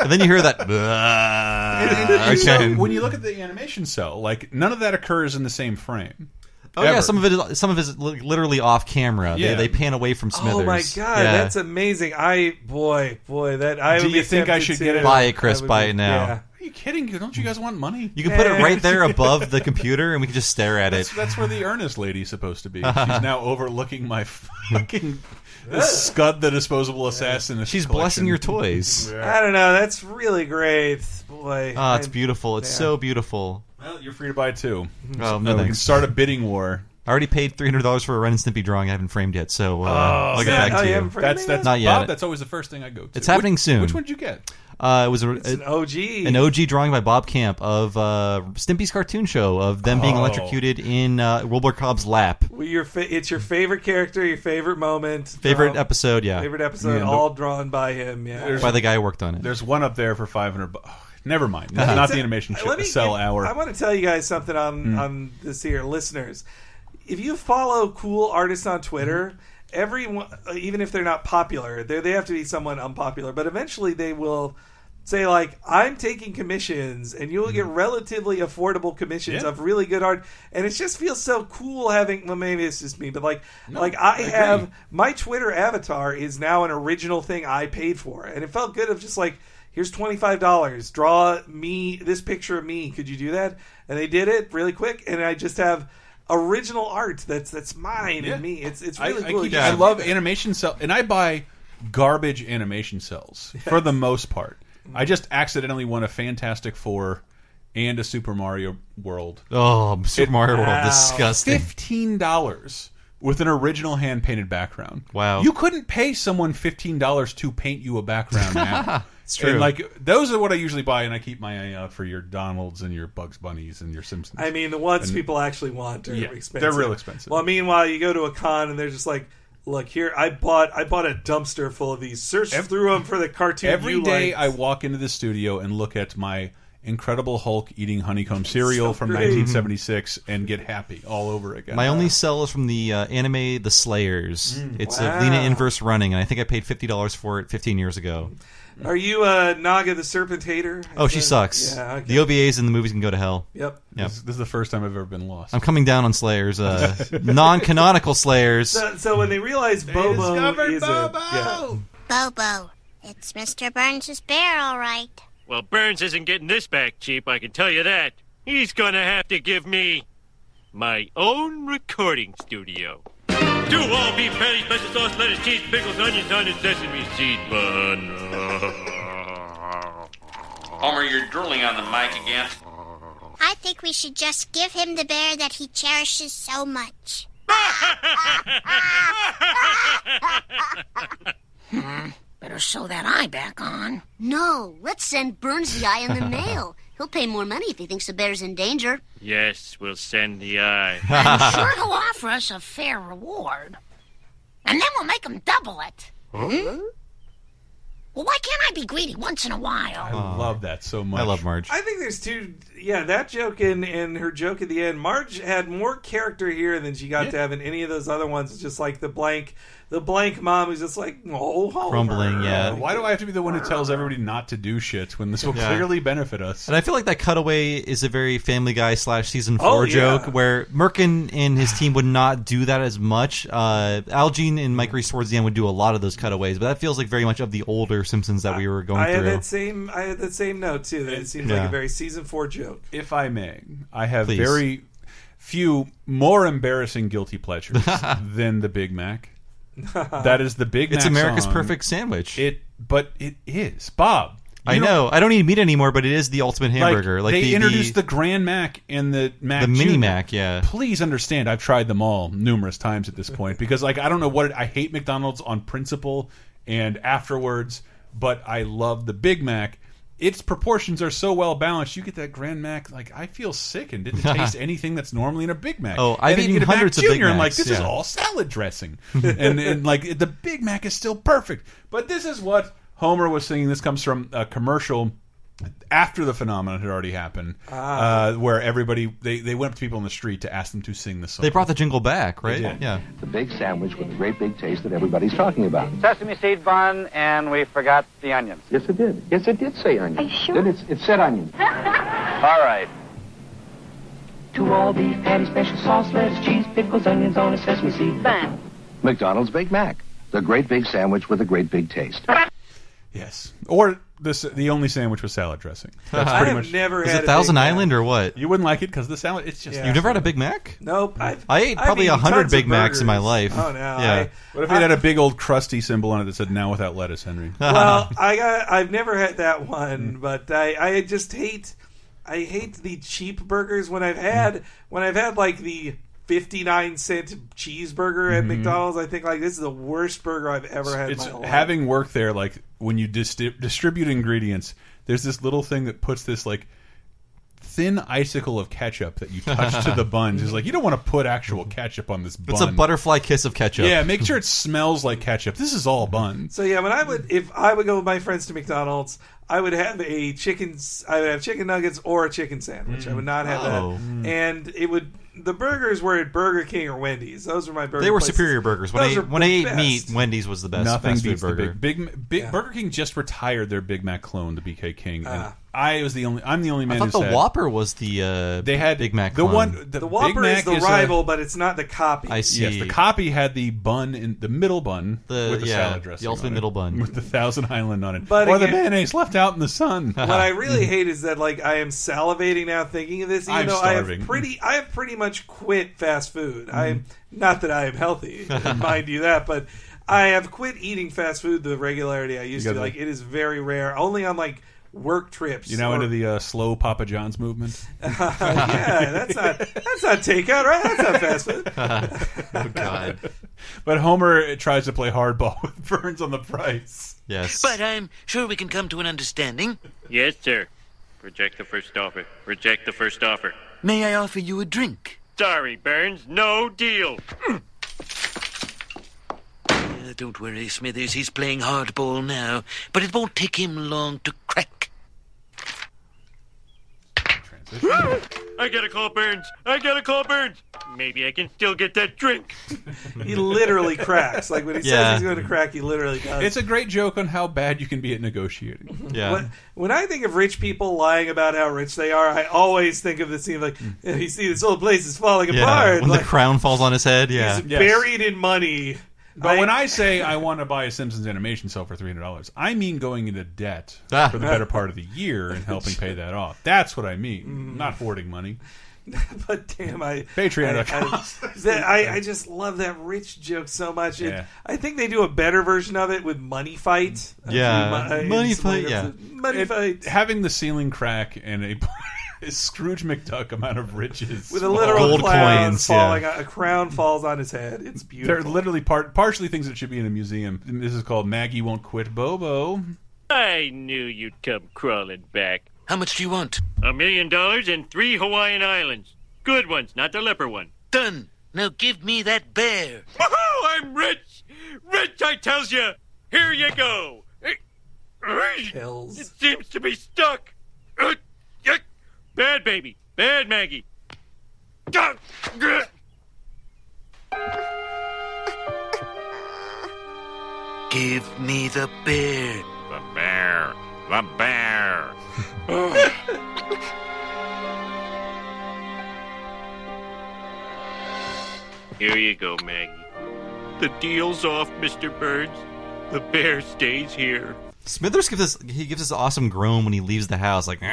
S3: And then you hear that.
S1: And so
S3: again.
S1: when you look at the animation cell, like none of that occurs in the same frame.
S3: Oh yeah,
S1: Ever.
S3: some of it, is, some of it is li- literally off camera.
S1: Yeah.
S3: They, they pan away from Smithers.
S4: Oh my god,
S3: Yeah.
S4: that's amazing! I boy, boy, that I.
S1: Do
S4: would be
S1: you think I
S4: tempted
S1: should
S4: to-
S1: get it?
S3: buy it, Chris.
S4: I would
S3: Buy
S4: be-
S3: it now.
S4: yeah.
S1: Are you kidding? Don't you guys want money?
S3: You can put it right there above the computer, and we can just stare at it.
S1: That's, that's where the earnest lady's supposed to be. She's now overlooking my fucking Scud the Disposable Assassin.
S3: She's blessing your toys.
S4: I don't know. That's really great, boy.
S3: Ah, it's
S4: I-
S3: beautiful. It's
S4: yeah.
S3: so beautiful.
S1: Well, you're free to buy two.
S3: Oh,
S1: Uh,
S3: no
S1: we can
S3: thanks.
S1: start a bidding war.
S3: I already paid three hundred dollars for a Ren and Stimpy drawing I haven't framed yet, so uh,
S1: Oh,
S3: I'll get back
S4: Oh,
S3: to you.
S1: That's, that's,
S3: not yet.
S1: Bob, that's always the first thing I go to.
S3: It's happening
S1: Which-
S3: soon.
S1: Which one did you get?
S3: Uh, it was a,
S4: an OG.
S3: an OG drawing by Bob Camp of uh, Stimpy's cartoon show of them being
S4: Oh.
S3: electrocuted in uh, Wilbur Cobb's lap.
S4: Well, your fa- it's your favorite character, your favorite moment,
S3: Favorite
S4: um,
S3: episode, yeah.
S4: favorite episode,
S1: Yeah, the-
S4: all drawn by him, yeah.
S3: By the guy who worked on it.
S1: There's one up there for 500 bucks. Never mind.
S4: Let me
S1: Not
S4: t-
S1: the animation show.
S4: let
S1: The
S4: me
S1: cell
S4: give-
S1: hour.
S4: I want to tell you guys something on
S1: Mm.
S4: on this here, listeners. If you follow cool artists on
S1: Hmm.
S4: Twitter, everyone, even if they're not popular, they they have to be someone unpopular, but eventually they will. Say like I'm taking commissions, and you will get relatively affordable commissions
S1: Hmm. Yeah.
S4: of really good art, and it just feels so cool having. Well, maybe it's just me, but like,
S1: No,
S4: like I,
S1: I agree.
S4: have my Twitter avatar is now an original thing I paid for, and it felt good of just like, here's twenty five dollars, draw me this picture of me. Could you do that? And they did it really quick, and I just have original art that's that's mine
S1: Yeah.
S4: and me. It's it's
S1: I,
S4: really
S1: I
S4: cool.
S1: keep-
S4: You
S1: I
S4: should-
S1: love animation cells, and I buy garbage animation cells for the most part. I just accidentally won a Fantastic Four and a Super Mario World.
S3: Oh, Super Mario World, disgusting.
S1: Fifteen dollars with an original hand painted background.
S3: Wow.
S1: you couldn't pay someone fifteen dollars to paint you a background now.
S3: It's
S1: And,
S3: true.
S1: like those are what I usually buy, and I keep my eye out for your Donalds and your Bugs Bunnies and your Simpsons.
S4: I mean, the ones
S1: And-
S4: people actually want are
S1: Yeah, they're
S4: expensive.
S1: real expensive.
S4: Well, meanwhile, you go to a con and they're just like, "Look here, I bought I bought a dumpster full of these. Search through them for the cartoon.
S1: Every
S4: you
S1: day
S4: like."
S1: I walk into the studio and look at my Incredible Hulk eating honeycomb cereal from
S4: great.
S1: 1976 and get happy all over again.
S3: My only sell is from the uh, anime The Slayers. it's
S4: Mm, Wow.
S3: a Lena Inverse Running, and I think I paid fifty dollars for it fifteen years ago.
S4: Are you a Naga the Serpent hater?
S3: Oh, she
S4: Is that-
S3: sucks.
S4: Yeah, okay.
S3: The OVAs and the movies can go to hell.
S4: Yep.
S3: Yep.
S1: This, this is the first time I've ever been lost.
S3: I'm coming down on Slayers, uh, non-canonical Slayers.
S4: So, so when they realize Bobo
S7: discovered
S4: is
S7: Bobo!
S4: a yeah.
S7: Bobo, it's Mr. Burns' bear, all right.
S9: Well, Burns isn't getting this back cheap, I can tell you that. He's gonna have to give me my own recording studio. Do all beef patty, special sauce, lettuce, cheese, pickles, onions on a sesame seed bun.
S8: Homer, you're drooling on the mic again.
S7: I think we should just give him the bear that he cherishes so much.
S17: Better sew that eye back on.
S20: No, let's send Burns the eye in the mail. He'll pay more money if he thinks the bear's in danger.
S9: Yes, we'll send the eye.
S17: I'm sure he'll offer us a fair reward. And then we'll make him double it. Well, why can't I be greedy once in a
S1: I
S17: while?
S1: love that so much.
S3: I love Marge.
S4: I think there's two. Yeah, that joke and and her joke at the end. Marge had more character here than she got to have in any of those other ones. It's just like the blank, the blank mom who's just like, oh, Homer."
S3: Crumbling, yeah.
S1: Why do I have to be the one who tells everybody not to do shit when this will
S3: Yeah.
S1: clearly benefit us?
S3: And I feel like that cutaway is a very Family Guy slash season
S1: Oh,
S3: four
S1: yeah.
S3: joke where Merkin and his team would not do that as much. Uh, Al Jean and Mike Reese towards the end would do a lot of those cutaways, but that feels like very much of the older Simpsons that we were going
S4: I had
S3: through.
S4: that same. I had that same note too. That it seems like
S3: Yeah.
S4: a very season four joke.
S1: If I may, I have
S3: Please.
S1: very few more embarrassing guilty pleasures than the Big Mac. That is the Big Mac.
S3: It's America's
S1: song.
S3: perfect sandwich.
S1: It, but it is Bob.
S3: I
S1: You
S3: know. I don't eat meat anymore, but it is the ultimate
S1: Like,
S3: hamburger. Like,
S1: they
S3: the,
S1: introduced
S3: the,
S1: the, Grand Mac and the Mac
S3: the mini
S1: Junior.
S3: Mac. Yeah.
S1: Please understand, I've tried them all numerous times at this point because, like, I don't know what it, I hate McDonald's on principle and afterwards, but I love the Big Mac. Its proportions are so well balanced. You get that Grand Mac, like I feel sick and didn't taste anything that's normally in a Big Mac.
S3: Oh, I've
S1: and then you
S3: eaten
S1: get a Mac
S3: hundreds of Big
S1: Junior. I'm like,
S3: Macs,
S1: this is
S3: yeah.
S1: all salad dressing, and, and like the Big Mac is still perfect. But this is what Homer was singing. This comes from a commercial after the phenomenon had already happened,
S4: Ah.
S1: uh, where everybody they, they went up to people in the street to ask them to sing the song.
S3: They brought the jingle back,
S1: They
S3: right?
S1: did.
S3: Yeah.
S11: The big sandwich with the great big taste that everybody's talking about.
S21: Sesame seed bun, and we forgot the onions.
S11: Yes, it did. Yes, it did say onion.
S21: Are you sure?
S11: It, it said onion.
S21: All right.
S22: To all beef patty, special sauce, lettuce, cheese, pickles, onions on a sesame seed bun.
S11: McDonald's Big Mac. The great big sandwich with a great big taste.
S1: Yes, or this the only sandwich was salad dressing. That's
S4: I
S1: pretty
S4: have
S1: much
S4: never
S3: Is it Thousand Island or what?
S1: You wouldn't like it because the salad. It's just
S4: Yeah.
S3: You've never had a Big Mac?
S4: Nope. I've,
S3: I ate
S4: I've
S3: probably
S4: eaten
S3: 100
S4: tons of
S3: Big Macs in my
S4: burgers.
S3: life.
S4: Oh no!
S3: Yeah.
S4: I,
S1: What if it had a big old crusty symbol on it that said "Now without lettuce, Henry"?
S4: well, I got. I've never had that one,
S3: Hmm.
S4: but I, I just hate. I hate the cheap burgers when I've had when I've had like the fifty nine cent cheeseburger at
S3: Mm-hmm.
S1: Mhm.
S4: McDonald's. I think like this is the worst burger I've ever had.
S1: it's
S4: in my life.
S1: having worked there like when you distri distribute ingredients there's this little thing that puts this like thin icicle of ketchup that you touch to the buns is like you don't want to put actual ketchup on this bun
S3: It's a butterfly kiss of ketchup.
S1: yeah make sure it smells like ketchup this is all buns
S4: So yeah, when I would if I would go with my friends to McDonald's, I would have a chicken. s- I would have chicken nuggets or a chicken sandwich. I would not have
S3: Oh. Mm.
S4: that. And it would the burgers were at Burger King or Wendy's. Those were my burgers.
S3: They were superior burgers. When
S4: Those
S3: I
S4: are
S3: when I
S4: the
S3: ate
S4: best.
S3: meat, Wendy's was the best
S1: nothing
S3: fast food
S1: beats
S3: burger.
S1: the big big, big burger king just retired their big mac clone the bk king and
S4: Ah.
S1: i was the only i'm the only man
S3: I thought
S1: who
S3: the
S1: said-
S3: Whopper was the uh,
S1: they had
S3: Big Mac.
S1: the
S3: clone.
S1: one the,
S4: The
S1: Big
S4: Whopper is
S1: Mac
S4: the
S1: a-
S4: rival, but it's not the copy.
S3: I see.
S1: Yes, the copy had the bun in the middle bun
S3: The-
S1: with the
S3: yeah,
S1: salad dressing,
S3: the ultimate
S1: on it,
S3: middle bun.
S1: with the thousand island on it,
S4: But
S1: or the
S4: again-
S1: mayonnaise left out in the sun.
S4: what I really hate is that like I am salivating now thinking of this, even
S1: I'm
S4: though I
S1: starving. Mm-hmm.
S4: have pretty I have pretty much quit fast food. I'm not that I am healthy, mind you that, but I have quit eating fast food the regularity I used
S1: You
S4: to.
S1: got
S4: Like
S1: the-
S4: it is very rare, only on like work trips.
S1: you know,
S4: or-
S1: into the uh, slow Papa John's movement.
S4: yeah, that's not that's not takeout, right? That's not fast food.
S1: oh God! but Homer tries to play hardball with Burns on the price.
S3: Yes.
S5: But uh, I'm sure we can come to an understanding.
S9: Yes, sir. Reject the first offer. Reject the first offer.
S5: May I offer you a drink?
S9: Sorry, Burns. No deal.
S5: Uh, don't worry, Smithers. He's playing hardball now, but it won't take him long to crack.
S9: I gotta call Burns. I gotta call Burns. Maybe I can still get that drink.
S4: He literally cracks. Like when he
S1: Yeah.
S4: says he's going to crack, he literally does.
S1: It's a great joke on how bad you can be at negotiating.
S3: Um,
S4: When, when I think of rich people lying about how rich they are, I always think of the scene like, you see, this whole place is falling
S3: Mm. yeah,
S4: apart.
S3: when
S4: Like,
S3: the crown falls on his head. Yeah.
S1: Yes.
S4: Buried in money.
S3: Oh,
S1: But when I say I want to buy a Simpsons animation cell for three hundred dollars, I mean going into debt
S3: Ah.
S1: for the better part of the year and helping pay that off. That's what I
S4: Mm.
S1: mean. Not hoarding money.
S4: But damn, I
S1: Patreon.com.
S4: I, I, that- I, I just love that rich joke so much. It-
S1: Yeah.
S4: I think they do a better version of it with money fight.
S3: Yeah.
S4: I mean,
S3: Money
S4: it's like-
S3: fight, yeah.
S4: money
S1: It-
S4: fight
S1: Having the ceiling crack and a, a Scrooge McDuck amount of riches
S4: with a literal
S3: Gold
S4: clown
S3: coins, yeah.
S4: falling. A crown falls on his head. It's
S1: They're
S4: beautiful.
S1: literally part, partially things that should be in a museum. This is called Maggie Won't Quit Bobo.
S9: I knew you'd come crawling back.
S5: How much do you want?
S9: A million dollars and three Hawaiian islands. Good ones, not the leper one.
S5: Done. Now give me that bear.
S9: Woohoo! I'm rich! Rich, I tells you! Here you go! It seems to be stuck! Ugh, yuck. Bad baby! Bad Maggie! Gah, gah.
S5: Give me the bear.
S8: The bear. The bear.
S9: Here you go, Maggie. The deal's off, Mr. Burns. The bear stays here.
S3: Smithers gives this he gives this awesome groan when he leaves the house, like "Arr!"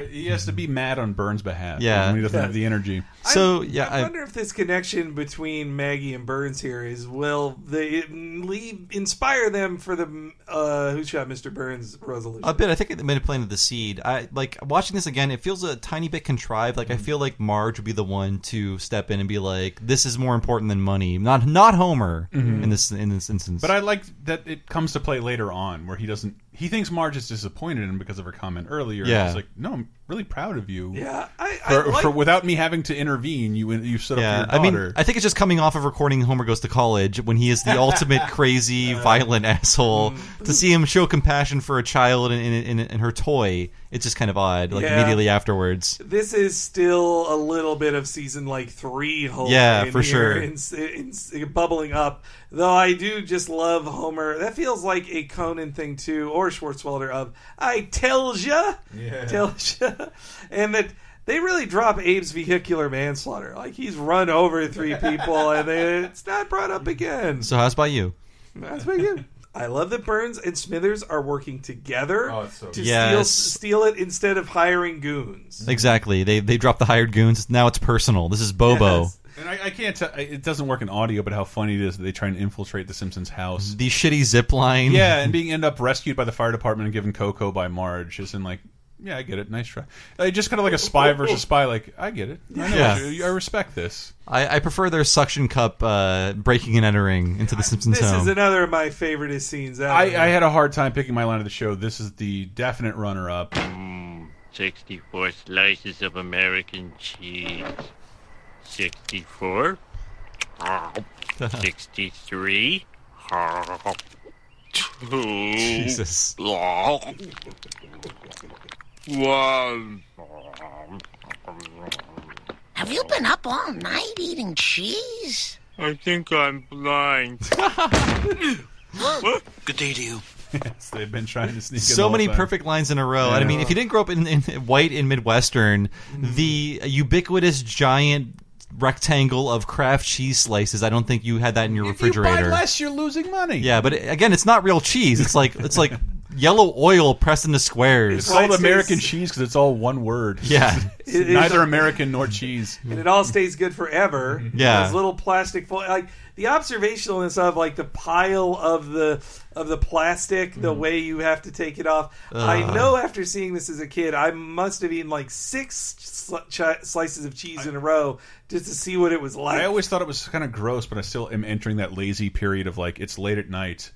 S4: right.
S1: He has to be mad on Burns' behalf.
S3: Yeah.
S1: when he doesn't have the energy.
S3: So yeah,
S4: I wonder if this connection between Maggie and Burns here is will they leave inspire them for the uh, who shot Mr. Burns resolution?
S3: A bit. I think it made a plan of the seed. I like watching this again. It feels a tiny bit contrived. Like I
S1: Mm.
S3: feel like Marge would be the one to step in and be like, "This is more important than money." Not not Homer
S1: Mhm.
S3: in this in this instance.
S1: But I like that it comes to play later on, where he doesn't. He thinks Marge is disappointed in him because of her comment earlier.
S3: Yeah.
S1: He's like, "No, I'm really proud of you.
S4: Yeah, I,
S1: for, for without me having to intervene, you you set up
S3: yeah,
S1: for
S3: I
S1: your daughter."
S3: mean, I think it's just coming off of recording Homer Goes to College when he is the ultimate crazy, violent asshole. To see him show compassion for a child and in, in, in her toy, it's just kind of odd. Like
S4: Yeah.
S3: immediately afterwards,
S4: This is still a little bit of season like three Homer.
S3: Yeah,
S4: in
S3: for sure.
S4: here, in- in- in- bubbling up, though I do just love Homer. That feels like a Conan thing too, or Schwartzwelder of I tells ya,
S13: Yeah.
S4: tells ya, and that they really drop Abe's vehicular manslaughter. Like he's run over three people, and they, it's not brought up again.
S3: so how's by you?
S4: That's what you. I love that Burns and Smithers are working together to
S3: good. Yes.
S4: steal, steal it instead of hiring goons.
S3: Exactly. They they dropped the hired goons. Now it's personal. This is Bobo.
S1: And I, I can't. T- it doesn't work in audio, but how funny it is that they try and infiltrate the Simpsons' house.
S3: The shitty zip line.
S1: Yeah, and being end up rescued by the fire department and given cocoa by Marge is in like. Yeah, I get it. Nice try. Uh, just kind of like a spy versus spy. Like I get it. I know
S3: Yeah.
S1: you- I respect this.
S3: I, I prefer their suction cup uh, breaking and entering into the Simpsons
S4: This
S3: home.
S4: is another of my favorite scenes. Ever.
S1: I, I had a hard time picking my line of the show. This is the definite runner-up.
S9: 64 slices of American cheese. 64. 63. Two.
S13: Jesus.
S9: One.
S17: Have you been up all night eating cheese?
S9: I think I'm blind.
S5: Good day to you.
S1: yes, they've been trying to sneak. in the
S3: so
S1: whole
S3: many
S1: time.
S3: perfect lines in a row. And I
S1: Yeah.
S3: mean,
S1: Mm-hmm.
S3: if you didn't grow up in, in white and Midwestern, the ubiquitous giant rectangle of Kraft cheese slices, I don't think you had that in your refrigerator.
S1: you're losing money.
S3: yeah, but it- again, it's not real cheese. It's like it's like yellow oil pressed into squares.
S1: It's called American cheese because it's all one word.
S3: Yeah.
S1: It's
S4: It is-
S1: neither American nor cheese.
S4: and it all stays good forever.
S1: Yeah.
S4: those little plastic foil, like the observationalness of like the pile of the of the plastic, the
S1: Mm-hmm.
S4: way you have to take it off. I
S13: Ugh.
S4: know after seeing this as a kid, I must have eaten like six sli- chi- slices of cheese in a row just to see what it was like.
S1: I always thought it was kind of gross, but I still am entering that lazy period of like it's late at night.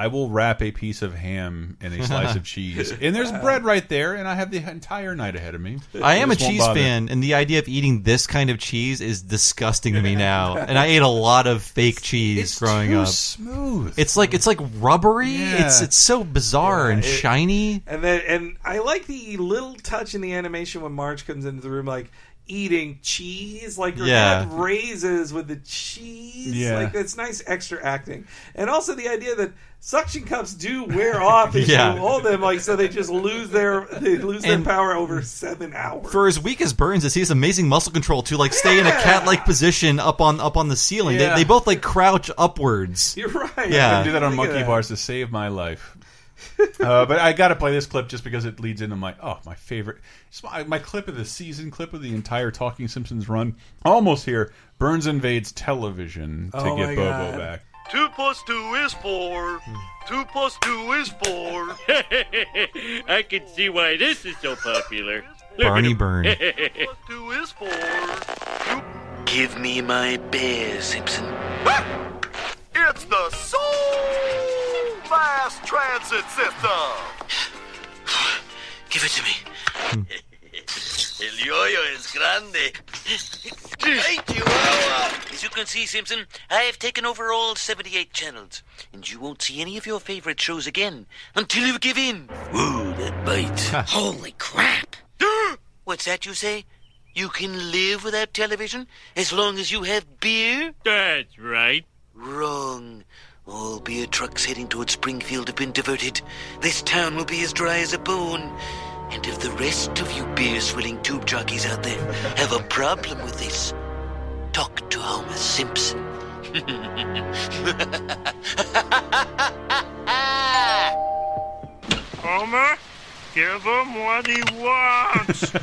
S1: I will wrap a piece of ham and a slice of cheese, and there's bread right there, and I have the entire night ahead of me.
S3: I am a
S1: just won't
S3: cheese
S1: bother.
S3: fan, and the idea of eating this kind of cheese is disgusting to me now. And I ate a lot of fake cheese growing
S1: too
S3: up.
S1: smooth.
S3: It's like it's like rubbery.
S4: Yeah.
S3: It's it's so bizarre and
S4: it-
S3: shiny.
S4: And then, and I like the little touch in the animation when Marge comes into the room, like eating cheese, like her
S3: Yeah.
S4: head raises with the cheese.
S3: Yeah.
S4: Like that's nice extra acting, and also the idea that suction cups do wear off if
S3: Yeah.
S4: you hold them, like so they just lose their they lose their power over seven hours.
S3: For as weak as Burns is, he has amazing muscle control to like stay in a cat-like position up on up on the ceiling.
S1: Yeah.
S3: They, they both like crouch upwards.
S4: You're right.
S1: I
S3: Yeah.
S1: can do that on
S3: Look at
S1: monkey
S3: that.
S1: bars to save my life. uh, but I got to play this clip just because it leads into my oh my favorite it's my, my clip of the season clip of the entire Talking Simpsons run almost here Burns invades television to
S13: Oh
S1: get
S13: my
S1: Bobo
S13: God.
S1: back
S13: Two plus two is four.
S5: Hmm.
S13: Two plus two is four.
S9: I can see why this is so popular.
S3: Barney
S9: Burn.
S3: Burn.
S13: two is four.
S5: Give me my bear, Simpson.
S13: It's the Soul Fast Transit System.
S5: Give it to me. Hmm. El yoyo is grande. Hey, Chihuahua. As you can see, Simpson, I have taken over all 78 channels, and you won't see any of your favorite shows again until you give in. Whoa, that bite. Holy crap. What's that you say? You can live without television as long as you have beer?
S9: That's right.
S5: Wrong. All beer trucks heading towards Springfield have been diverted. This town will be as dry as a bone. And if the rest of you beer swilling tube jockeys out there have a problem with this, talk to Homer Simpson.
S9: Homer,
S2: Give him what he wants.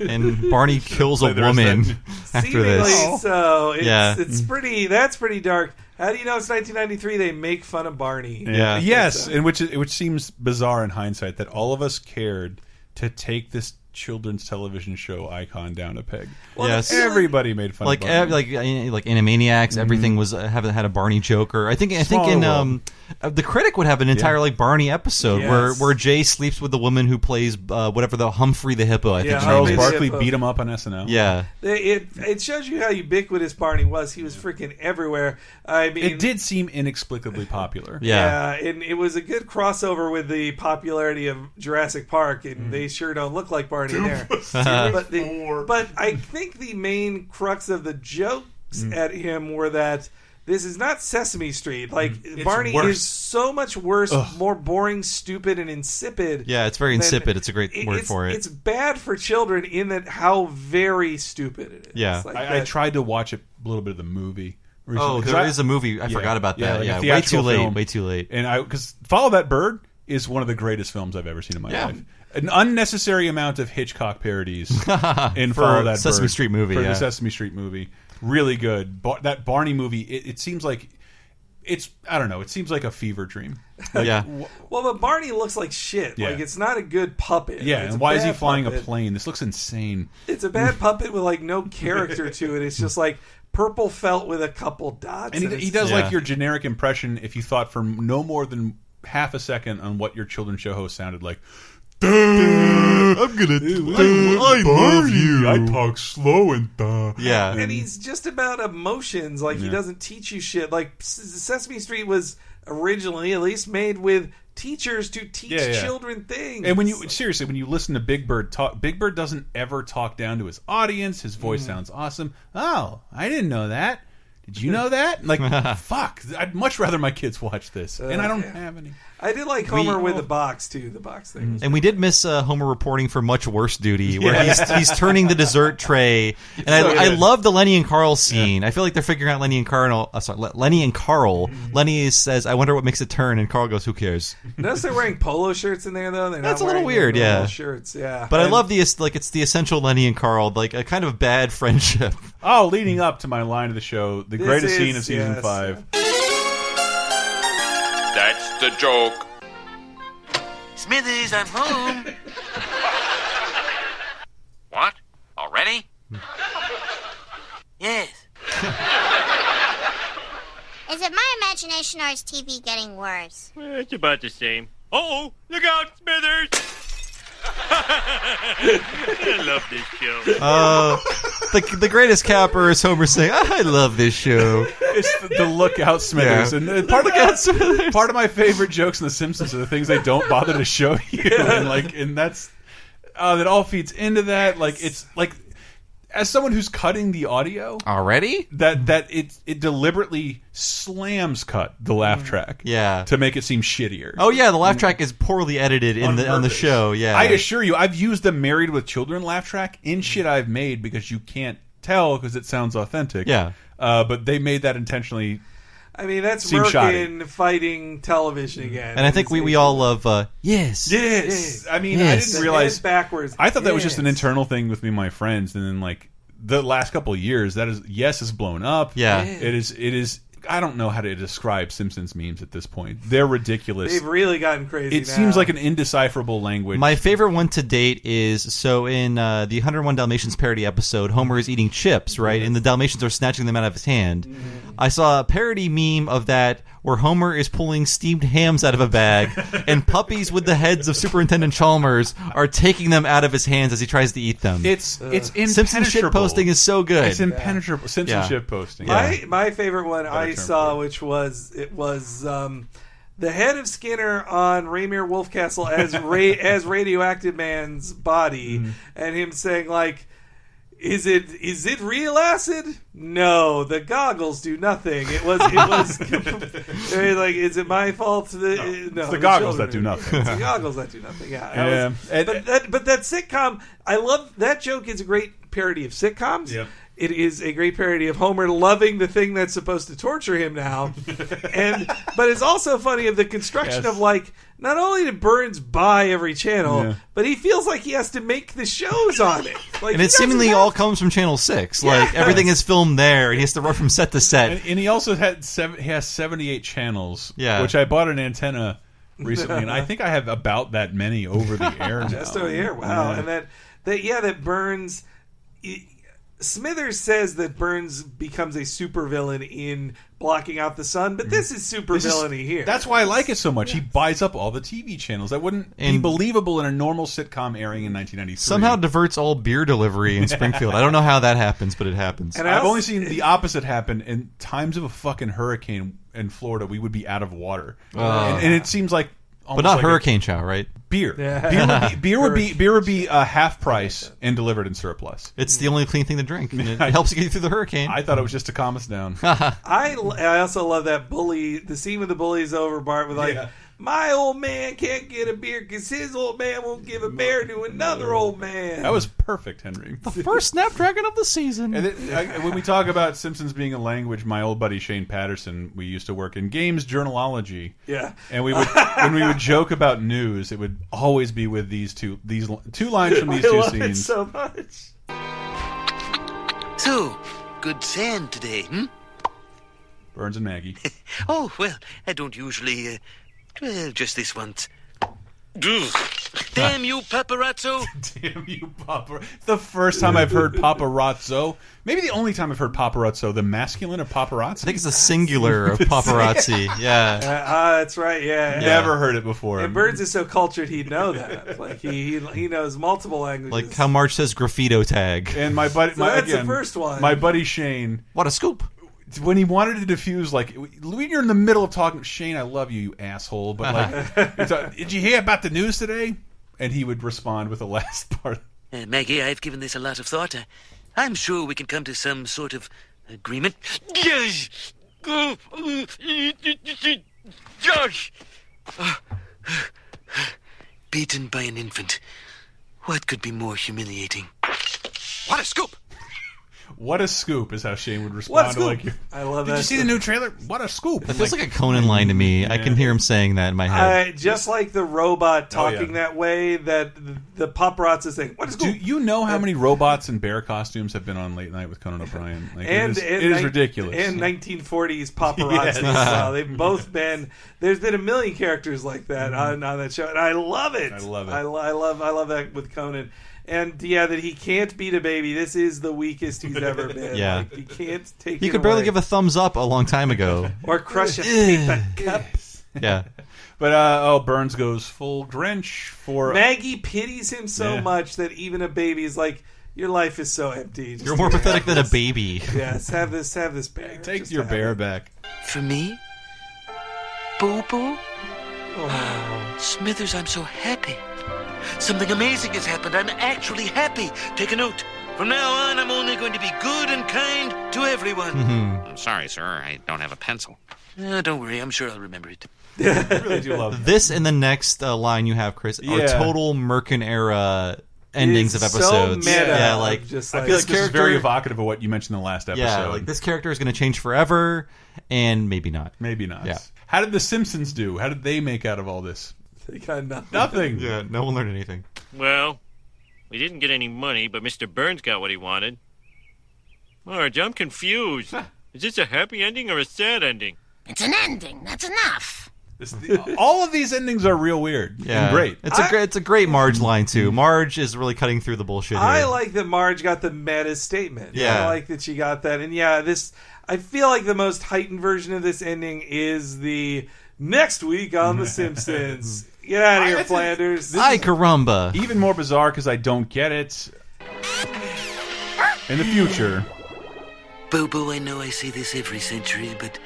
S3: and Barney kills a woman after
S4: Seemingly
S3: this.
S4: so. It's,
S3: yeah,
S4: it's pretty. That's pretty dark. How do you know it's 1993? They make fun of Barney.
S1: Yes, and which which seems bizarre in hindsight that all of us cared to take this children's television show icon down a peg.
S3: yes,
S1: everybody Mm-hmm. made fun
S3: like
S1: of Barney.
S3: ev- like uh, like Animaniacs. Everything was uh, have, had a Barney Joker. I think I think
S1: Smaller
S3: in
S1: world.
S3: um uh, the critic would have an entire like Barney episode
S1: Yes.
S3: where where Jay sleeps with the woman who plays uh, whatever the Humphrey the hippo. I
S1: Yeah,
S3: think her
S1: Charles
S3: name is.
S1: Barkley beat him up on SNL.
S3: Yeah,
S4: They- It it shows you how ubiquitous Barney was. He was freaking everywhere. I mean,
S1: It did seem inexplicably popular.
S4: Yeah. and it was a good crossover with the popularity of Jurassic Park,
S3: Mm.
S4: and they sure don't look like Barney there. but, the, but I think the main crux of the jokes
S13: Mm.
S4: at him were that this is not Sesame Street. Like
S13: It's
S4: Barney
S3: Mm. worse.
S4: is so much worse,
S3: Ugh.
S4: more boring, stupid, and insipid.
S3: Yeah, it's very
S4: than-
S3: insipid. It's a great word
S4: it's-
S3: for it.
S4: It's bad for children in that how very stupid it is.
S3: Yeah.
S4: It's like
S1: I, I
S4: that-
S1: tried to watch a little bit of the movie.
S3: Oh,
S1: Recently, 'cause
S3: there
S1: I-
S3: is a movie. I forgot about that.
S1: like a
S3: Yeah, way
S1: theatrical
S3: too late,
S1: film.
S3: way too late.
S1: And I because Follow That Bird is one of the greatest films I've ever seen in my
S3: Yeah.
S1: life. An unnecessary amount of Hitchcock parodies in
S3: For
S1: Follow That
S3: Sesame
S1: Bird,
S3: Street movie,
S1: For
S3: yeah.
S1: the Sesame Street movie, really good. Bar that Barney movie, it, it seems like it's I don't know. It seems like a fever dream. Like,
S3: Yeah.
S1: wh-
S4: Well, but Barney looks like shit.
S1: Yeah.
S4: Like it's not a good puppet.
S1: yeah.
S4: It's a
S1: and why is he
S4: bad
S1: flying
S4: puppet.
S1: a plane? This looks insane.
S4: It's a bad puppet with like no character to it. It's just like purple felt with a couple dots.
S1: And he,
S4: in it.
S1: he does
S4: Yeah.
S1: like your generic impression if you thought for no more than half a second on what your children's show host sounded like. I'm gonna. I, love you. I talk slow and duh.
S3: Yeah.
S4: and he's just about emotions. Like he
S1: Yeah.
S4: doesn't teach you shit. Like S- Sesame Street was originally at least made with teachers to teach
S1: Yeah, yeah.
S4: children things.
S1: And when you seriously, when you listen to Big Bird talk, Big Bird doesn't ever talk down to his audience. His voice
S4: Mhm.
S1: sounds awesome. Oh, I didn't know that. Did you know that? Like, fuck. I'd much rather my kids watch this, and I don't
S4: Uh,
S1: have any.
S4: I did like
S1: We-
S4: Homer with the box too. The box thing.
S3: And we did miss uh, Homer reporting for much worse duty, where
S4: Yeah.
S3: he's he's turning the dessert tray. And I,
S4: So
S3: I
S4: good.
S3: love the Lenny and Carl scene. I feel like they're figuring out Lenny and Carl. Uh, sorry, Le- Lenny and Carl.
S1: Mm-hmm.
S3: Lenny says, "I wonder what makes it turn," and Carl goes, "Who cares?"
S4: Notice they're wearing polo shirts in there though. They're
S3: That's a
S4: not
S3: little
S4: wearing their
S3: weird, yeah.
S4: normal Shirts, yeah.
S3: But I
S4: And-
S3: love the es- like it's the essential Lenny and Carl, like a kind of bad friendship.
S1: Oh, leading up to my line of the show, the
S4: This
S1: greatest
S4: is-
S1: scene of season
S4: yes.
S1: five.
S6: That's the joke.
S5: Smithers, I'm home.
S8: What? Already?
S5: yes.
S7: Is it my imagination or is TV getting worse?
S9: Eh, It's about the same. Oh, look out, Smithers! I love this show.
S3: Uh, the the greatest capper is Homer saying, "Ah, "I love this show."
S1: It's the, the lookout Smithers,
S3: Yeah.
S1: and uh, part of part of my favorite jokes in The Simpsons are the things they don't bother to show you, and like, and that's uh, that all feeds into that. Like, it's like as someone who's cutting the audio
S3: already,
S1: that that it it deliberately slams cut the laugh track,
S3: Mm. yeah,
S1: to make it seem shittier.
S3: Oh yeah, the laugh track is poorly edited in
S1: On
S3: the on the
S1: purpose.
S3: show. Yeah,
S1: I assure you, I've used the "Married with Children" laugh track in shit I've made because you can't tell because it sounds authentic.
S3: Yeah.
S1: uh, but they made that intentionally.
S4: I mean, that's
S1: Seems shoddy.
S4: Merkin fighting television
S1: Mm.
S4: again.
S3: and I think we, we all love. Uh, yes,
S1: Yes. I mean, I
S3: Yes.
S1: didn't realize
S4: It's backwards.
S1: I thought that was just an internal thing with me and my friends, and then like the last couple of years, that is yes is blown up.
S3: Yeah. Yeah.
S1: it is. It is. I don't know how to describe Simpsons memes at this point. They're ridiculous.
S4: They've really gotten crazy.
S1: it seems
S4: now.
S1: like an indecipherable language.
S3: My favorite one to date is so in uh, the 101 Dalmatians parody episode, Homer is eating chips, right?
S1: Mm-hmm.
S3: And the Dalmatians are snatching them out of his hand. I saw a parody meme of that where Homer is pulling steamed hams out of a bag, and puppies with the heads of Superintendent Chalmers are taking them out of his hands as he tries to eat them.
S1: It's it's
S3: Simpson shit
S1: impenetrable.
S3: posting is so good.
S1: It's impenetrable. Simpson
S3: Yeah.
S1: shit posting.
S4: My my favorite one
S1: Better
S4: I
S1: term
S4: saw, which was it was um, the head of Skinner on Raymere Wolfcastle as ra- as radioactive man's body,
S1: Mm-hmm.
S4: and him saying like. Is it is it real acid? No, the goggles do nothing. It was it was I mean, like is it my fault? The, no,
S1: it's the goggles
S4: children
S1: that do
S4: are-
S1: nothing.
S4: It's the goggles that do nothing. Yeah, I
S1: Yeah.
S4: was- but that but that sitcom, I love that joke is a great parody of sitcoms.
S1: Yep.
S4: It is a great parody of Homer loving the thing that's supposed to torture him now, and but it's also funny of the construction
S1: Yes.
S4: of like Not only did Burns buy every channel,
S3: Yeah.
S4: but he feels like he has to make the shows on it. Like
S3: and
S4: he
S3: it
S4: doesn't
S3: seemingly
S4: have-
S3: all comes from Channel Six. Like
S4: Yeah.
S3: everything is filmed there, and he has to run from set to set.
S1: And, and he also had seven, he has seventy eight channels.
S3: Yeah.
S1: which I bought an antenna recently, and I think I have about that many over the air. now.
S4: Just over the air. Wow.
S1: Oh, Yeah.
S4: And that that yeah, that Burns y- Smithers says that Burns becomes a supervillain in blocking out the sun, but this is
S1: This is-
S4: supervillainy here.
S1: That's why I like it so much. He buys up all the TV channels that wouldn't be
S3: And-
S1: believable in a normal sitcom airing in 1993.
S3: Somehow diverts all beer delivery in Springfield. I don't know how that happens, but it happens.
S1: I've only seen the opposite happen in times of a fucking hurricane in Florida. We would be out of water,
S3: Oh.
S1: and, and it seems like,
S3: but
S1: almost
S3: not
S1: like a-
S3: hurricane shower, right?
S1: Beer. Beer would be beer would be, beer would be uh, half price and delivered in surplus.
S3: It's the only clean thing to drink. and it helps you get through the hurricane.
S1: I thought it was just to calm us down.
S4: I, I also love that bully. The scene with the bullies over Bart with like,
S1: Yeah.
S4: my old man can't get a beer because his old man won't give a beer to another old man.
S1: That was perfect, Henry.
S3: First Snapdragon of the season.
S1: And it, I, when we talk about Simpsons being a language, my old buddy Shane Patterson, we used to work in games journalology.
S4: Yeah.
S1: and we would when we would joke about news, it would always be with these two these li- two lines from these
S4: I
S1: two
S4: love it
S1: scenes.
S4: so much.
S5: So, good sand today, hmm?
S1: Burns and Maggie.
S5: Oh, well, I don't usually. Uh, well, just this once. Ugh. Damn you, paparazzo!
S1: Damn you, paparazzo! The first time I've heard paparazzo, maybe the only time I've heard paparazzo, the masculine of paparazzi. I
S3: think it's the singular of paparazzi. Yeah.
S4: Uh, ah, that's right. Yeah,
S1: Never heard it before.
S4: And Burns is so cultured, he'd know that. Like he he, he knows multiple languages.
S3: Like how March says graffito tag.
S1: And my buddy,
S4: So
S1: my,
S4: that's the
S1: again,
S4: first one.
S1: My buddy Shane.
S3: What a scoop!
S1: When he wanted to diffuse, like when you're in the middle of talking, Shane, I love you, you asshole. But like, it's a, did you hear about the news today? And he would respond with the last part.
S5: Uh, Maggie, I've given this a lot of thought. Uh, I'm sure we can come to some sort of agreement. Yes. Oh, oh, Josh! Ah. Beaten by an infant. What could be more humiliating? What a scoop!
S1: What a scoop is how Shane would respond.
S5: What a
S1: To
S5: scoop.
S1: like, your-
S4: I love
S1: Did
S4: that.
S1: you see the new trailer? What a scoop!
S3: That feels like, a Conan line to me. I can hear him saying that in my head.
S4: Uh, just like the robot
S1: Oh, yeah.
S4: talking that way, that the, the paparazzi is saying, "What is
S1: Do you know how many robots and bear costumes have been on Late Night with Conan O'Brien? Like,
S4: and
S1: it is, it
S4: and
S1: is
S4: nine-
S1: ridiculous.
S4: And 1940s paparazzi.
S1: Yes.
S4: style. They've both been. There's been a million characters like that on, on that show, and I love it.
S1: Mm-hmm. I love it.
S4: I, lo- I love. I love that with Conan. And yeah, that he can't beat a baby. This is the weakest he's ever been.
S3: Yeah.
S4: like, he can't take.
S3: He
S4: it
S3: could barely
S4: away.
S3: give a thumbs up a long time ago.
S4: or crush a paper cup.
S3: yeah.
S1: But uh, oh, Burns goes full Grinch for
S4: Maggie pities him so
S1: Yeah.
S4: much that even a baby is like, "Your life is so empty. Just
S3: You're more
S4: have
S3: pathetic than a
S4: this."
S3: baby.
S4: Yes, have this, have this bear.
S1: take
S4: Just
S1: your
S4: have
S1: bear
S4: it.
S1: back.
S5: For me? Boo Boo?
S4: Oh,
S5: Smithers, I'm so happy. Something amazing has happened. I'm actually happy. Take a note. From now on, I'm only going to be good and kind to everyone.
S8: I'm sorry, sir. I don't have a pencil.
S5: Uh, don't worry, I'm sure I'll remember it.
S1: really do love
S3: This and the next uh, line you have, Chris, are
S1: Yeah.
S3: total Merkin era endings of
S1: It's so
S3: episodes.
S1: meta.
S3: yeah, like
S4: Just
S1: I feel like
S3: this
S1: this is very evocative of what you mentioned in the last episode.
S3: Yeah, like this character is going to change forever, and maybe not.
S1: Maybe not.
S3: Yeah.
S1: How did the Simpsons do? How did they make out of all this?
S4: They got nothing.
S1: Nothing.
S3: Yeah, no one learned anything.
S9: Well, we didn't get any money, but Mr. Burns got what he wanted. Marge, I'm confused. Is this a happy ending or a sad ending?
S17: It's an ending. That's enough.
S1: all of these endings are real weird.
S3: Yeah,
S1: And great.
S3: It's a great, it's a great Marge line too. Marge is really cutting through the bullshit. Here.
S4: I like that Marge got the meta statement.
S3: Yeah.
S4: I like that she got that. And yeah, this I feel like the most heightened version of this ending is the next week on The Simpsons. Get out of
S1: I-
S4: here,
S1: that's a-
S4: Flanders.
S3: Ay, caramba.
S1: Even more bizarre because I don't get it. In the future,
S5: Boo Boo, I know I say this every century, but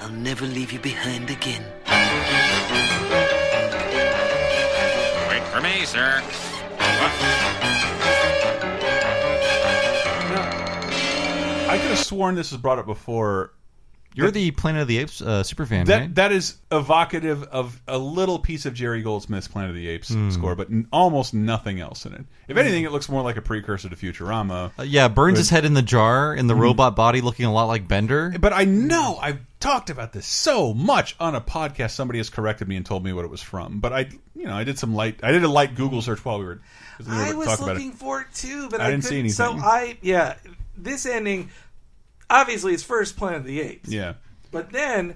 S5: I'll never leave you behind again.
S8: Wait for me, sir.
S1: I could have sworn this was brought up before
S3: You're the Planet of the Apes uh, superfan,
S1: That
S3: right?
S1: that is evocative of a little piece of Jerry Goldsmith's Planet of the Apes
S3: Hmm.
S1: score, but n almost nothing else in it. If anything, it looks more like a precursor to Futurama.
S3: Uh, yeah, burns
S1: But-
S3: his head in the jar, and the
S1: Mhm.
S3: robot body looking a lot like Bender.
S1: But I know
S3: Hmm.
S1: I've talked about this so much on a podcast. Somebody has corrected me and told me what it was from. But I, you know, I did some light. I did a light Google search while we were. as we were
S4: I was
S1: talking about it.
S4: looking for it too, but
S1: I
S4: I,
S1: didn't see
S4: couldn't- So
S1: anything.
S4: I, yeah, this ending, obviously, it's first Planet of the Apes,
S1: Yeah,
S4: but then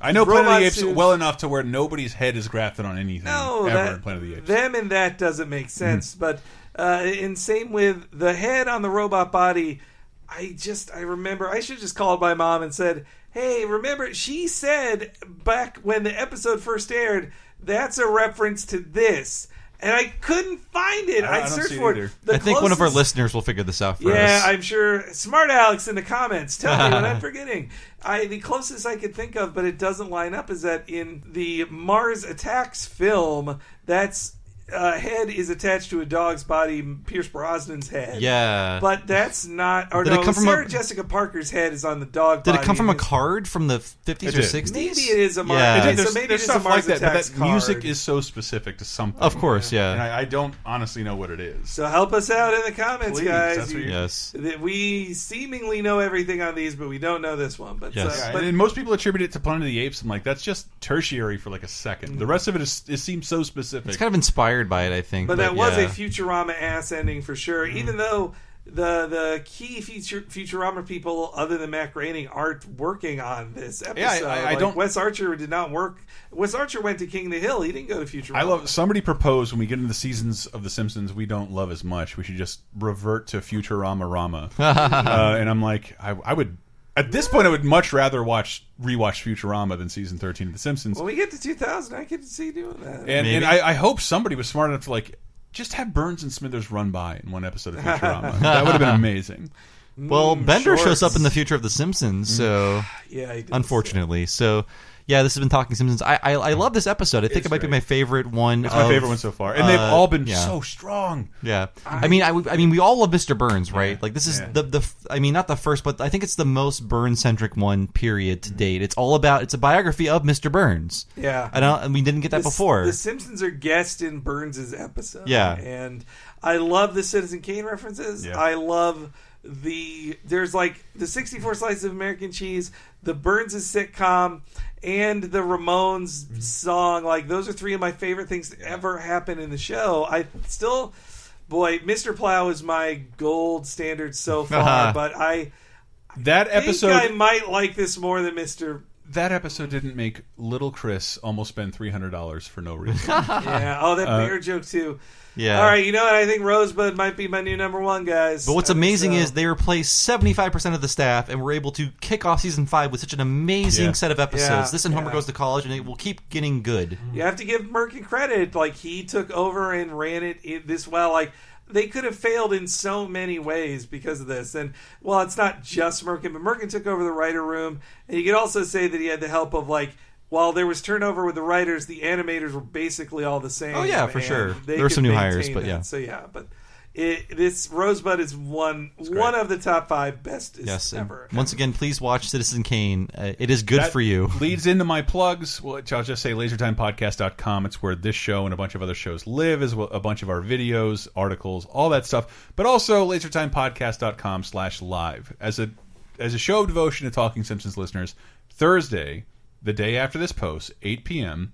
S1: I know Planet of the
S4: robot
S1: Apes
S4: suits-
S1: well enough to where nobody's head is grafted on anything
S4: No,
S1: ever
S4: that-
S1: in Planet of the Apes. Hmm.
S4: them and that doesn't make sense. But uh, and same with the head on the robot body. I just I remember I should just called my mom and said, "Hey, remember?" She said back when the episode first aired, "That's a reference to this." And I couldn't find it. I, searched for it. The
S3: I think one of our
S4: closest-
S3: listeners will figure this out for
S4: yeah,
S3: us.
S4: I'm sure. Smart Alex in the comments, tell me what I'm forgetting. I the closest I could think of, but it doesn't line up, is that in the Mars Attacks film, that's uh, head is attached to a dog's body, Pierce Brosnan's head.
S3: Yeah.
S4: but that's not. Or
S3: Did
S4: no,
S3: it come from
S4: Sarah
S3: a-
S4: Jessica Parker's head is on the dog.
S3: Did it
S4: body
S3: come from
S4: and
S3: a card from the 50s or
S1: did.
S3: 60s?
S4: Maybe it is a Mars.
S3: Yeah.
S4: okay,
S1: Uh, There's-
S4: so maybe
S1: there's
S4: it's a
S1: stuff
S4: Mars
S1: like that, but
S4: Attacks
S1: that
S4: card.
S1: music is so specific to something.
S3: Of course, yeah.
S1: And I, I don't honestly know what it is.
S4: So help us out in the comments,
S1: Please,
S4: guys.
S1: that's what you- Yes.
S4: that we seemingly know everything on these, but we don't know this one. But
S1: Yes.
S4: so-
S1: Yeah,
S4: but
S1: and most people attribute it to Planet of the Apes. I'm like, that's just tertiary for like a second.
S4: Mm.
S1: The rest of it is it seems so specific.
S3: It's kind of inspired by it, I think.
S4: But that was
S3: yeah.
S4: a Futurama ass ending for sure.
S1: Mm-hmm.
S4: Even though the the key future Futurama people, other than Matt Groening, aren't working on this episode.
S1: Yeah, I- I- I
S4: Like,
S1: don't-
S4: Wes Archer did not work. Wes Archer went to King of the Hill. He didn't go to Futurama.
S1: I love somebody proposed when we get into the seasons of The Simpsons we don't love as much. We should just revert to Futurama Rama. uh, and I'm like, I, I would at this point I would much rather watch rewatch Futurama than season 13 of The Simpsons.
S4: When we get to 2000, I could see doing that.
S1: and and I, I hope somebody was smart enough to like just have Burns and Smithers run by in one episode of Futurama. that would have been amazing.
S3: Well,
S1: Mm,
S3: Bender shows
S1: shorts.
S3: up in the future of The Simpsons,
S4: Mm.
S3: so
S4: Yeah, he does,
S3: unfortunately. So, yeah, this has been Talking Simpsons. I I, I love this episode. I think it might be my favorite one.
S1: It's my
S3: of-
S1: favorite one so far, and they've
S3: uh,
S1: all been
S3: yeah.
S1: so strong.
S3: Yeah, I, mean, I, would- I mean, we all love Mr. Burns, right? Like this is the the f- I mean, not the first, but I think it's the most Burns centric one period to date. It's all about it's a biography of Mr. Burns.
S4: Mm. Yeah.
S3: I don't, and we didn't get that
S4: The-
S3: before.
S4: The Simpsons are guests in Burns' episode.
S3: Yeah.
S4: And I love the Citizen Kane references.
S3: Yeah.
S4: I love the there's like the 64 slices of American cheese, the Burns' sitcom, and the Ramones
S3: Mm-hmm.
S4: song. Like those are three of my favorite things to ever happen in the show. I still boy, Mr. Plow is my gold standard so far, but I
S1: That episode,
S4: think I might like this more than Mr.
S1: that episode didn't make little Chris almost spend three hundred dollars for no reason.
S4: yeah. Oh, that
S1: Uh,
S4: bear joke too.
S1: yeah.
S4: All right. You know what? I think Rosebud might be my new number one, guys.
S3: But what's
S4: Uh,
S3: amazing
S4: so-
S3: is they replaced seventy five percent of the staff, and were able to kick off season five with such an amazing
S4: Yeah.
S3: set of episodes.
S4: Yeah,
S3: this and Homer
S4: yeah.
S3: Goes to College, and it will keep getting good.
S4: you have to give Merkin credit. Like he took over and ran it i- this well. Like they could have failed in so many ways because of this. And well, it's not just Merkin, but Merkin took over the writer room, and you could also say that he had the help of like. While there was turnover with the writers, the animators were basically all the same.
S3: Oh, yeah, for
S4: and
S3: sure.
S4: they
S3: There were
S4: could
S3: some new hires,
S4: maintain
S3: but
S4: that.
S3: yeah.
S4: So yeah, but it, this Rosebud is one one of the top five best
S3: Yes, and
S4: ever.
S3: once again, please watch Citizen Kane. Uh, it is good
S1: That
S3: for you.
S1: leads into my plugs, which I'll just say lasertimepodcast.com. It's where this show and a bunch of other shows live, as well a bunch of our videos, articles, all that stuff. But also lasertimepodcast.com slash live. As a as a show of devotion to Talking Simpsons listeners, Thursday, the day after this post, 8 p.m.,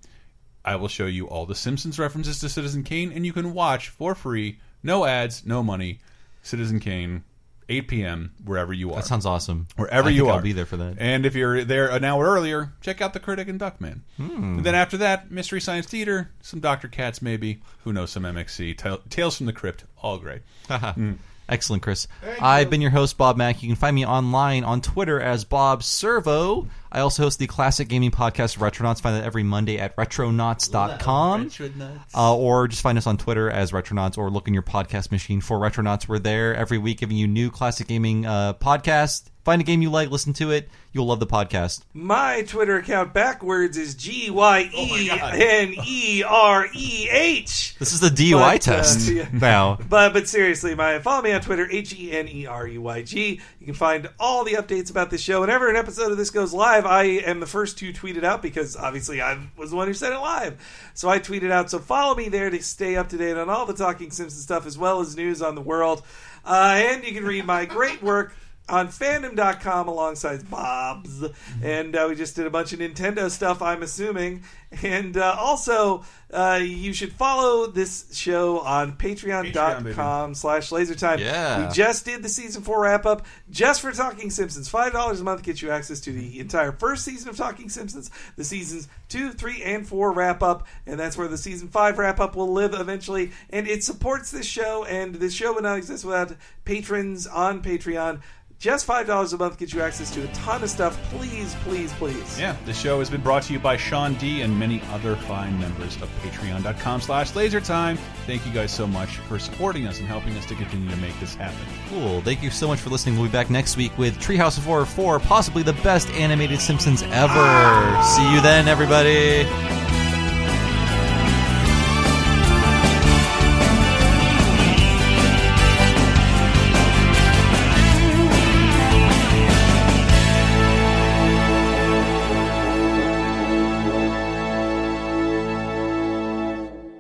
S1: I will show you all the Simpsons references to Citizen Kane, and you can watch for free, no ads, no money, Citizen Kane, 8 p.m., wherever you are.
S3: That sounds awesome.
S1: Wherever
S3: I
S1: you
S3: think
S1: are.
S3: I'll be there for that.
S1: And if you're there an hour earlier, check out The Critic and Duckman.
S3: Hmm.
S1: And then after that, Mystery Science Theater, some Dr. Katz maybe, who knows, some MXC, Ta- Tales from the Crypt, all great. Mm.
S3: Excellent, Chris. I've been your host, Bob Mack. You can find me online on Twitter as Bob Servo. I also host the classic gaming podcast Retronauts. Find that every Monday at retronauts.com. Uh, or just find us on Twitter as Retronauts or look in your podcast machine for Retronauts. We're there every week giving you new classic gaming uh, podcasts. Find a game you like, listen to it. You'll love the podcast.
S4: My Twitter account backwards is G Y E N E R E H.
S3: This is the DUI
S4: But, uh,
S3: test
S4: yeah.
S3: now.
S4: But but seriously, my follow me on Twitter E H E N E R U Y G. You can find all the updates about this show. Whenever an episode of this goes live, live. I am the first to tweet it out because obviously I was the one who said it live. So I tweeted out. So follow me there to stay up to date on all the Talking Simpson stuff as well as news on the world. Uh, and you can read my great work on fandom.com alongside Bob's. And uh, we just did a bunch of Nintendo stuff, I'm assuming. And uh, also, uh, you should follow this show on patreon.com slash lasertime.
S3: Yeah.
S4: We just did the season four wrap up just for Talking Simpsons. $5 a month gets you access to the entire first season of Talking Simpsons, the seasons two, three, and four wrap up. And that's where the season five wrap up will live eventually. And it supports this show, and this show would not exist without patrons on Patreon. Just $5 a month gets you access to a ton of stuff. Please, please, please.
S1: Yeah, the show has been brought to you by Sean D and many other fine members of patreon.com slash lasertime. Thank you guys so much for supporting us and helping us to continue to make this happen.
S3: Cool. Thank you so much for listening. We'll be back next week with Treehouse of Horror 4, possibly the best animated Simpsons ever. See you then, everybody.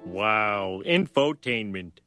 S9: Wow, infotainment.